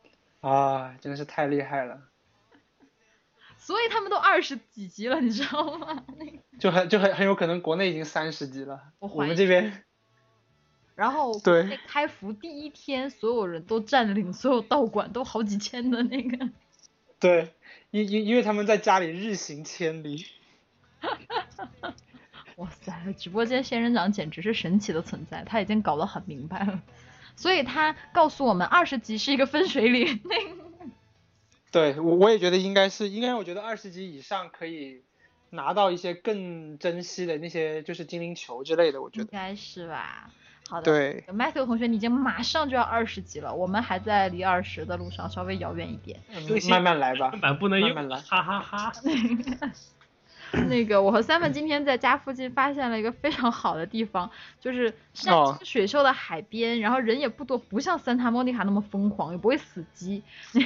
Speaker 3: 啊，真的是太厉害了，
Speaker 4: 所以他们都二十几级了，你知道吗？
Speaker 3: 就很就很很有可能国内已经三十级了，我
Speaker 4: 我怀疑
Speaker 3: 们这边
Speaker 4: 然后
Speaker 3: 对
Speaker 4: 那开服第一天，所有人都占领所有道馆，都好几千的那个。
Speaker 3: 对，因因因为他们在家里日行千里，
Speaker 4: 哇塞，直播间仙人掌简直是神奇的存在，他已经搞得很明白了，所以他告诉我们二十级是一个分水岭。那
Speaker 3: 对我我也觉得应该是，应该我觉得二十级以上可以拿到一些更珍惜的那些就是精灵球之类的，我觉
Speaker 4: 应
Speaker 3: 得
Speaker 4: 该是吧？好的。。
Speaker 3: 对
Speaker 4: Matthew 同学，你已经马上就要二十级了，我们还在离二十的路上稍微遥远一点。
Speaker 3: 嗯
Speaker 2: 更新
Speaker 3: 慢慢来吧
Speaker 2: 根。本不能用，
Speaker 3: 慢慢来
Speaker 2: 哈哈哈
Speaker 4: 那个，我和 Simon 今天在家附近发现了一个非常好的地方，就是山
Speaker 3: 哦
Speaker 4: 清水秀的海边，然后人也不多，不像三塔莫妮卡那么疯狂，也不会死机。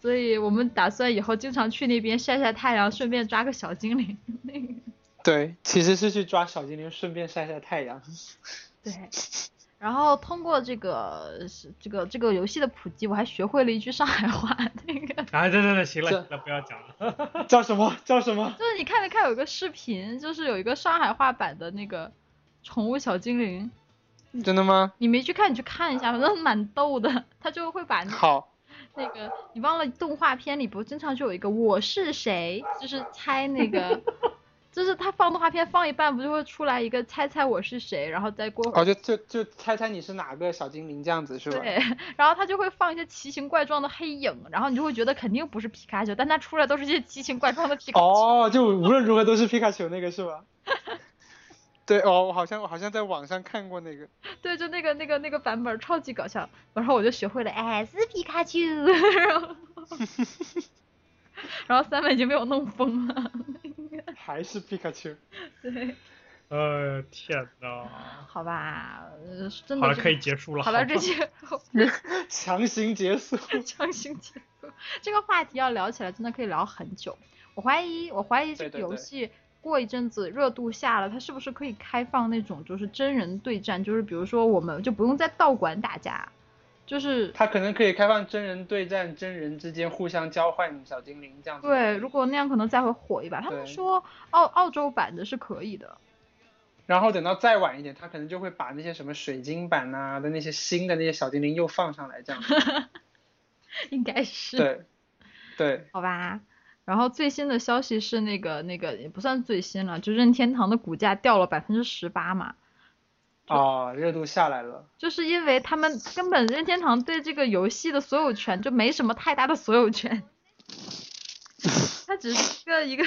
Speaker 4: 所以我们打算以后经常去那边晒晒太阳，顺便抓个小精灵。
Speaker 3: 对，其实是去抓小精灵，顺便晒晒太阳。
Speaker 4: 对。然后通过这个是这个这个游戏的普及，我还学会了一句上海话。那个
Speaker 2: 啊，对对对，行了
Speaker 3: 这
Speaker 2: 行了，不要讲了。
Speaker 3: 叫什么？叫什么？
Speaker 4: 就是你看没看有一个视频，就是有一个上海话版的那个宠物小精灵，
Speaker 3: 真的吗？
Speaker 4: 你没去看，你去看一下，反正蛮逗的。他就会把那
Speaker 3: 好，
Speaker 4: 那个，你忘了动画片里不经常就有一个我是谁，就是猜那个，就是他放动画片放一半，不就会出来一个猜猜我是谁，然后再过会儿
Speaker 3: 哦，就就就猜猜你是哪个小精灵这样子是吧？
Speaker 4: 对，然后他就会放一些奇形怪状的黑影，然后你就会觉得肯定不是皮卡丘，但他出来都是一些奇形怪状的皮卡丘。
Speaker 3: 哦，就无论如何都是皮卡丘那个是 吧？对哦，我好像我好像在网上看过那个，
Speaker 4: 对，就那个那个那个版本儿超级搞笑，然后我就学会了，哎，是皮卡丘， 然后然后三妹已经被我弄疯了，
Speaker 3: 还是皮卡 丘。
Speaker 4: 对，
Speaker 2: 呃，天哪！
Speaker 4: 好吧，呃真的
Speaker 2: 好了，
Speaker 4: 这
Speaker 2: 可以
Speaker 4: 个
Speaker 2: 结束了。
Speaker 4: 好了，
Speaker 2: 吧
Speaker 4: 这期
Speaker 3: 强行结束。
Speaker 4: 强行结束，这个话题要聊起来真的可以聊很久，我怀疑我怀疑这
Speaker 3: 对
Speaker 4: 个
Speaker 3: 对
Speaker 4: 游
Speaker 3: 对
Speaker 4: 戏。过一阵子热度下了，它是不是可以开放那种就是真人对战？就是比如说我们就不用在道馆打架，就是
Speaker 3: 他可能可以开放真人对战，真人之间互相交换小精灵这样子。
Speaker 4: 对，如果那样可能再会火一把。他
Speaker 3: 对
Speaker 4: 们说澳澳洲版的是可以的，
Speaker 3: 然后等到再晚一点，他可能就会把那些什么水晶版呐、的那些新的那些小精灵又放上来这 样子。
Speaker 4: 应该是
Speaker 3: 对，对，
Speaker 4: 好吧。然后最新的消息是那个那个也不算最新了，就任天堂的股价掉了百分之十八嘛，
Speaker 3: 哦，热度下来了。
Speaker 4: 就是因为他们根本任天堂对这个游戏的所有权就没什么太大的所有权，它只是一个一个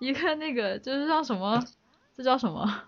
Speaker 4: 一个那个就是像什么，这叫什么？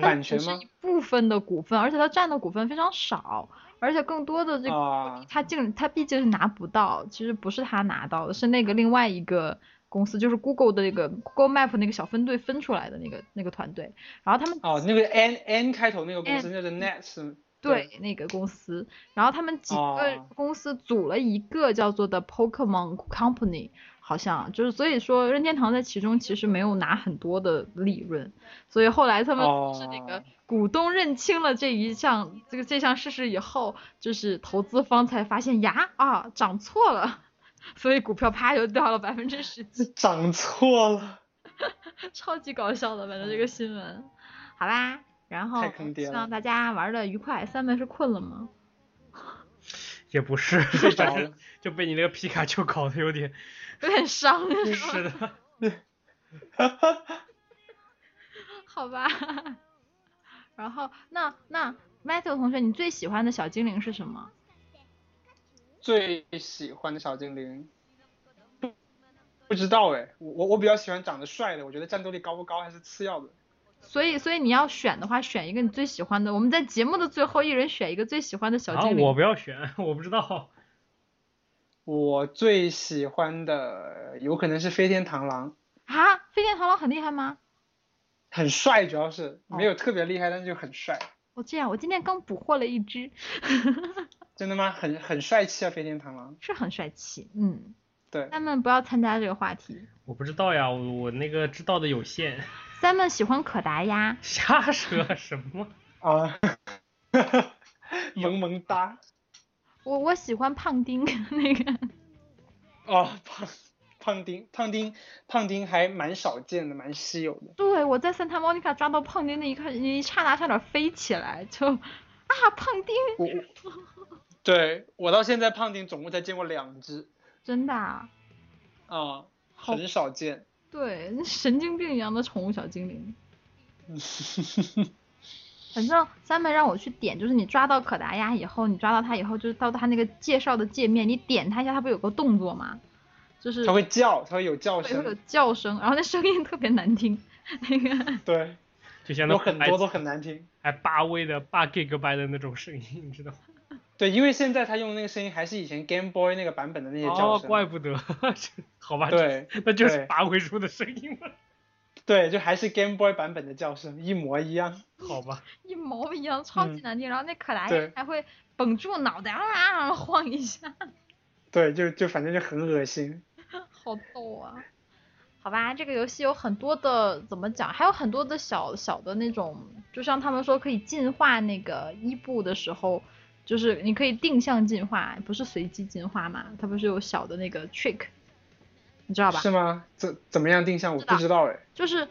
Speaker 3: 版权
Speaker 4: 只哎是
Speaker 3: 吗
Speaker 4: 一？部分的股份，而且它占的股份非常少，而且更多的这个
Speaker 3: 啊，
Speaker 4: 它竟它毕竟是拿不到，其实不是他拿到的，是那个另外一个公司，就是 Google 的那个 Google Map 那个小分队分出来的那个那个团队，然后他们
Speaker 3: 哦，那个 N N 开头那个公司那个 Nets，
Speaker 4: 嗯对，那个公司，然后他们几个
Speaker 3: 哦
Speaker 4: 公司组了一个叫做的 Pokemon Company，好像啊就是所以说任天堂在其中其实没有拿很多的利润，所以后来他们是那个
Speaker 3: 哦
Speaker 4: 股东认清了这一项这个这项事实以后，就是投资方才发现呀啊涨错了， 所以股票啪就掉了百分之十几，
Speaker 3: 长错了。
Speaker 4: 超级搞笑的，反正这个新闻，好吧。然后
Speaker 3: 太坑爹
Speaker 4: 希望
Speaker 3: 了
Speaker 4: 大家玩的愉快。三妹是困了吗？
Speaker 2: 也不是，
Speaker 3: 睡着了，
Speaker 2: 就被你那个皮卡丘搞得有点，
Speaker 4: 有点伤，是吧
Speaker 2: 是的，
Speaker 4: 好吧。然后那那 Matthew 同学，你最喜欢的小精灵是什么？
Speaker 3: 最喜欢的小精灵，不知道哎，我我我比较喜欢长得帅的，我觉得战斗力高不高还是次要的。
Speaker 4: 所以所以你要选的话，选一个你最喜欢的。我们在节目的最后，一人选一个最喜欢的小
Speaker 2: 啊，
Speaker 4: 精灵。
Speaker 2: 我不要选， 我不知道。
Speaker 3: 我最喜欢的有可能是飞天螳螂，
Speaker 4: 啊，飞天螳螂很厉害吗？
Speaker 3: 很帅，主要是
Speaker 4: 哦
Speaker 3: 没有特别厉害，但是就很帅。
Speaker 4: 哦，这样，我今天刚捕获了一只，
Speaker 3: 真的吗？很很帅气啊，飞天螳螂。
Speaker 4: 是很帅气。嗯，
Speaker 3: 对，
Speaker 4: 咱们不要参加这个话题。
Speaker 2: 我不知道呀，我我那个知道的有限，
Speaker 4: 咱们喜欢可达鸭，
Speaker 2: 瞎扯什么？
Speaker 3: 啊，萌萌哒。
Speaker 4: 我我喜欢胖丁 那个。
Speaker 3: 哦，胖胖丁，胖丁，胖丁还蛮少见的，蛮稀有的。
Speaker 4: 对，我在 Santa Monica 抓到胖丁那一刻，一刹那差点飞起来，就啊，胖丁，
Speaker 3: 我我，对我到现在胖丁总共才见过两只
Speaker 4: 真的、啊，
Speaker 3: 啊，很少 见。
Speaker 4: 对，神经病一样的宠物小精灵。
Speaker 3: 嗯
Speaker 4: 反正三妹让我去点，就是你抓到可达鸭以后，你抓到它以后，就是到它那个介绍的界面，你点它一下，它不有个动作吗？就是
Speaker 3: 它会叫，它会有叫
Speaker 4: 对会有
Speaker 3: 声，
Speaker 4: 叫声，然后那声音特别难听，那个
Speaker 3: 对，
Speaker 2: 就像那
Speaker 3: 有很
Speaker 2: 白
Speaker 3: 多都很难听。
Speaker 2: 还八位的八 gigabyte 的那种声音，你知道吗？
Speaker 3: 对，因为现在他用的那个声音还是以前 Game Boy 那个版本的那些叫
Speaker 2: 哦，
Speaker 3: 声。
Speaker 2: 怪不得， 这好吧，
Speaker 3: 对
Speaker 2: 这，那就是
Speaker 3: 对
Speaker 2: 八位数的声音了，
Speaker 3: 对，就还是 Game Boy 版本的叫声，一模一样。
Speaker 2: 好吧，
Speaker 4: 一毛一样，超级
Speaker 3: 嗯
Speaker 4: 难听。然后那可达鸭
Speaker 3: 对
Speaker 4: 还会绷住脑袋啊晃一下。
Speaker 3: 对，就就反正就很恶心。
Speaker 4: 好逗啊！好吧，这个游戏有很多的怎么讲，还有很多的小小的那种，就像他们说可以进化那个伊布的时候，就是你可以定向进化，不是随机进化嘛？它不是有小的那个 trick，你知道吧？
Speaker 3: 是吗？怎怎么样定向？我
Speaker 4: 知道
Speaker 3: 不知道哎。
Speaker 4: 就是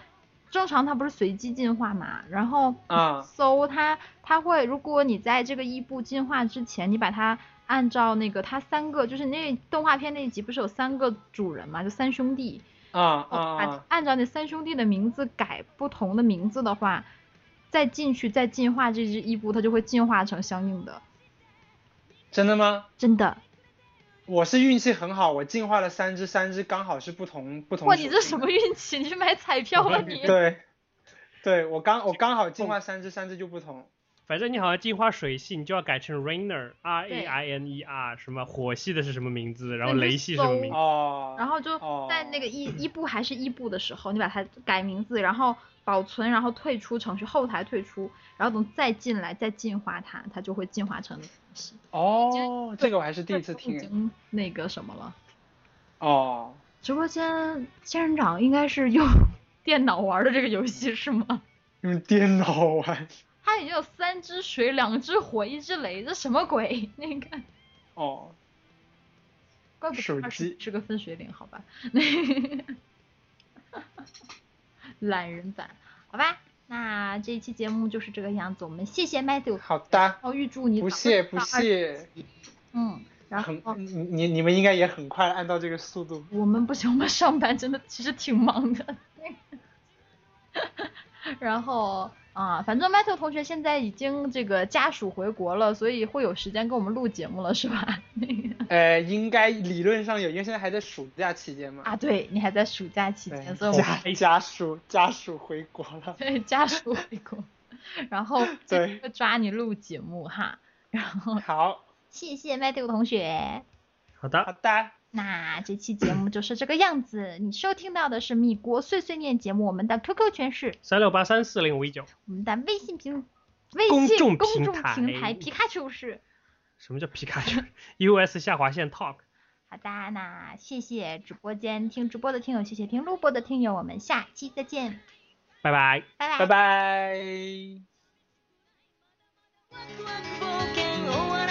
Speaker 4: 正常它不是随机进化嘛，然后
Speaker 3: 啊
Speaker 4: 搜它，它会如果你在这个伊布进化之前，你把它按照那个它三个，就是那动画片那一集不是有三个主人嘛，就三兄弟，
Speaker 3: 啊啊
Speaker 4: 把
Speaker 3: 啊！
Speaker 4: 按照那三兄弟的名字改不同的名字的话，再进去再进化这只伊布，它就会进化成相应的。
Speaker 3: 真的吗？
Speaker 4: 真的？
Speaker 3: 我是运气很好，我进化了三只，三只刚好是不同不同。
Speaker 4: 哇，你这什么？运气？你去买彩票吧你！
Speaker 3: 对，对我刚我刚好进化三只，三只就不同。
Speaker 2: 反正你好像进化水系，你就要改成 Rainer R A
Speaker 4: 对
Speaker 2: I N E R 什么火系的是什么名字，然后
Speaker 4: 对你就
Speaker 2: 雷系是什么
Speaker 4: 搜
Speaker 2: 名字？
Speaker 3: 哦。
Speaker 4: 然后就在那个伊伊布还是伊布的时候，你把它改名字，然后保存，然后退出程序，后台退出，然后等再进来再进化它，它就会进化成那个东西。
Speaker 3: 哦，这个我还是第一次
Speaker 4: 已
Speaker 3: 听。
Speaker 4: 经那个什么了。
Speaker 3: 哦，
Speaker 4: 直播间仙人掌应该是用 电脑玩的这个游戏是吗？
Speaker 3: 用电脑玩。
Speaker 4: 它已经有三只水、两只火、一只雷，这什么鬼？那个，
Speaker 3: 哦，
Speaker 4: 怪不
Speaker 3: 手
Speaker 4: 得二十
Speaker 3: 机
Speaker 4: 是个分水岭，好吧？ 那个懒人版，好吧？那这一期节目就是这个样子，我们谢谢 Matthew，
Speaker 3: 好的，
Speaker 4: 哦，预祝你
Speaker 3: 不
Speaker 4: 早日
Speaker 3: 谢
Speaker 4: 到
Speaker 3: 不
Speaker 4: 20，
Speaker 3: 谢，
Speaker 4: 嗯，然
Speaker 3: 很
Speaker 4: 后
Speaker 3: 你你你们应该也很快按照这个速度。
Speaker 4: 我们不行，我们上班真的其实挺忙的。 然后啊，反正 Matthew 同学现在已经这个家属回国了，所以会有时间跟我们录节目了，是吧？ 那个。
Speaker 3: 呃，应该理论上有，因为现在还在暑假期间嘛。
Speaker 4: 啊，对你还在暑假期
Speaker 3: 对
Speaker 4: 间，所以我们
Speaker 3: 家家属家属回国了。
Speaker 4: 对家属回国，然后
Speaker 3: 对
Speaker 4: 会抓你录节目哈。然 后
Speaker 3: 好，
Speaker 4: 谢谢麦蒂同学，
Speaker 2: 好的
Speaker 3: 好，的，
Speaker 4: 那这期节目就是这个样子。你收听到的是米国碎碎念节目，我们的 QQ 群是
Speaker 2: 三六八三四零五一九，
Speaker 4: 我们的微信平微
Speaker 2: 公
Speaker 4: 信
Speaker 2: 众
Speaker 4: 公
Speaker 2: 平
Speaker 4: 众平台
Speaker 2: 台
Speaker 4: 皮卡丘是。
Speaker 2: 什么叫皮卡丘 ？US 下划线 Talk，
Speaker 4: 好的，那谢谢直播间听直播的听友，谢谢听录播的听友，我们下期再见，
Speaker 2: 拜拜。
Speaker 4: 拜拜
Speaker 3: 拜拜。
Speaker 6: ワクワク冒険終わら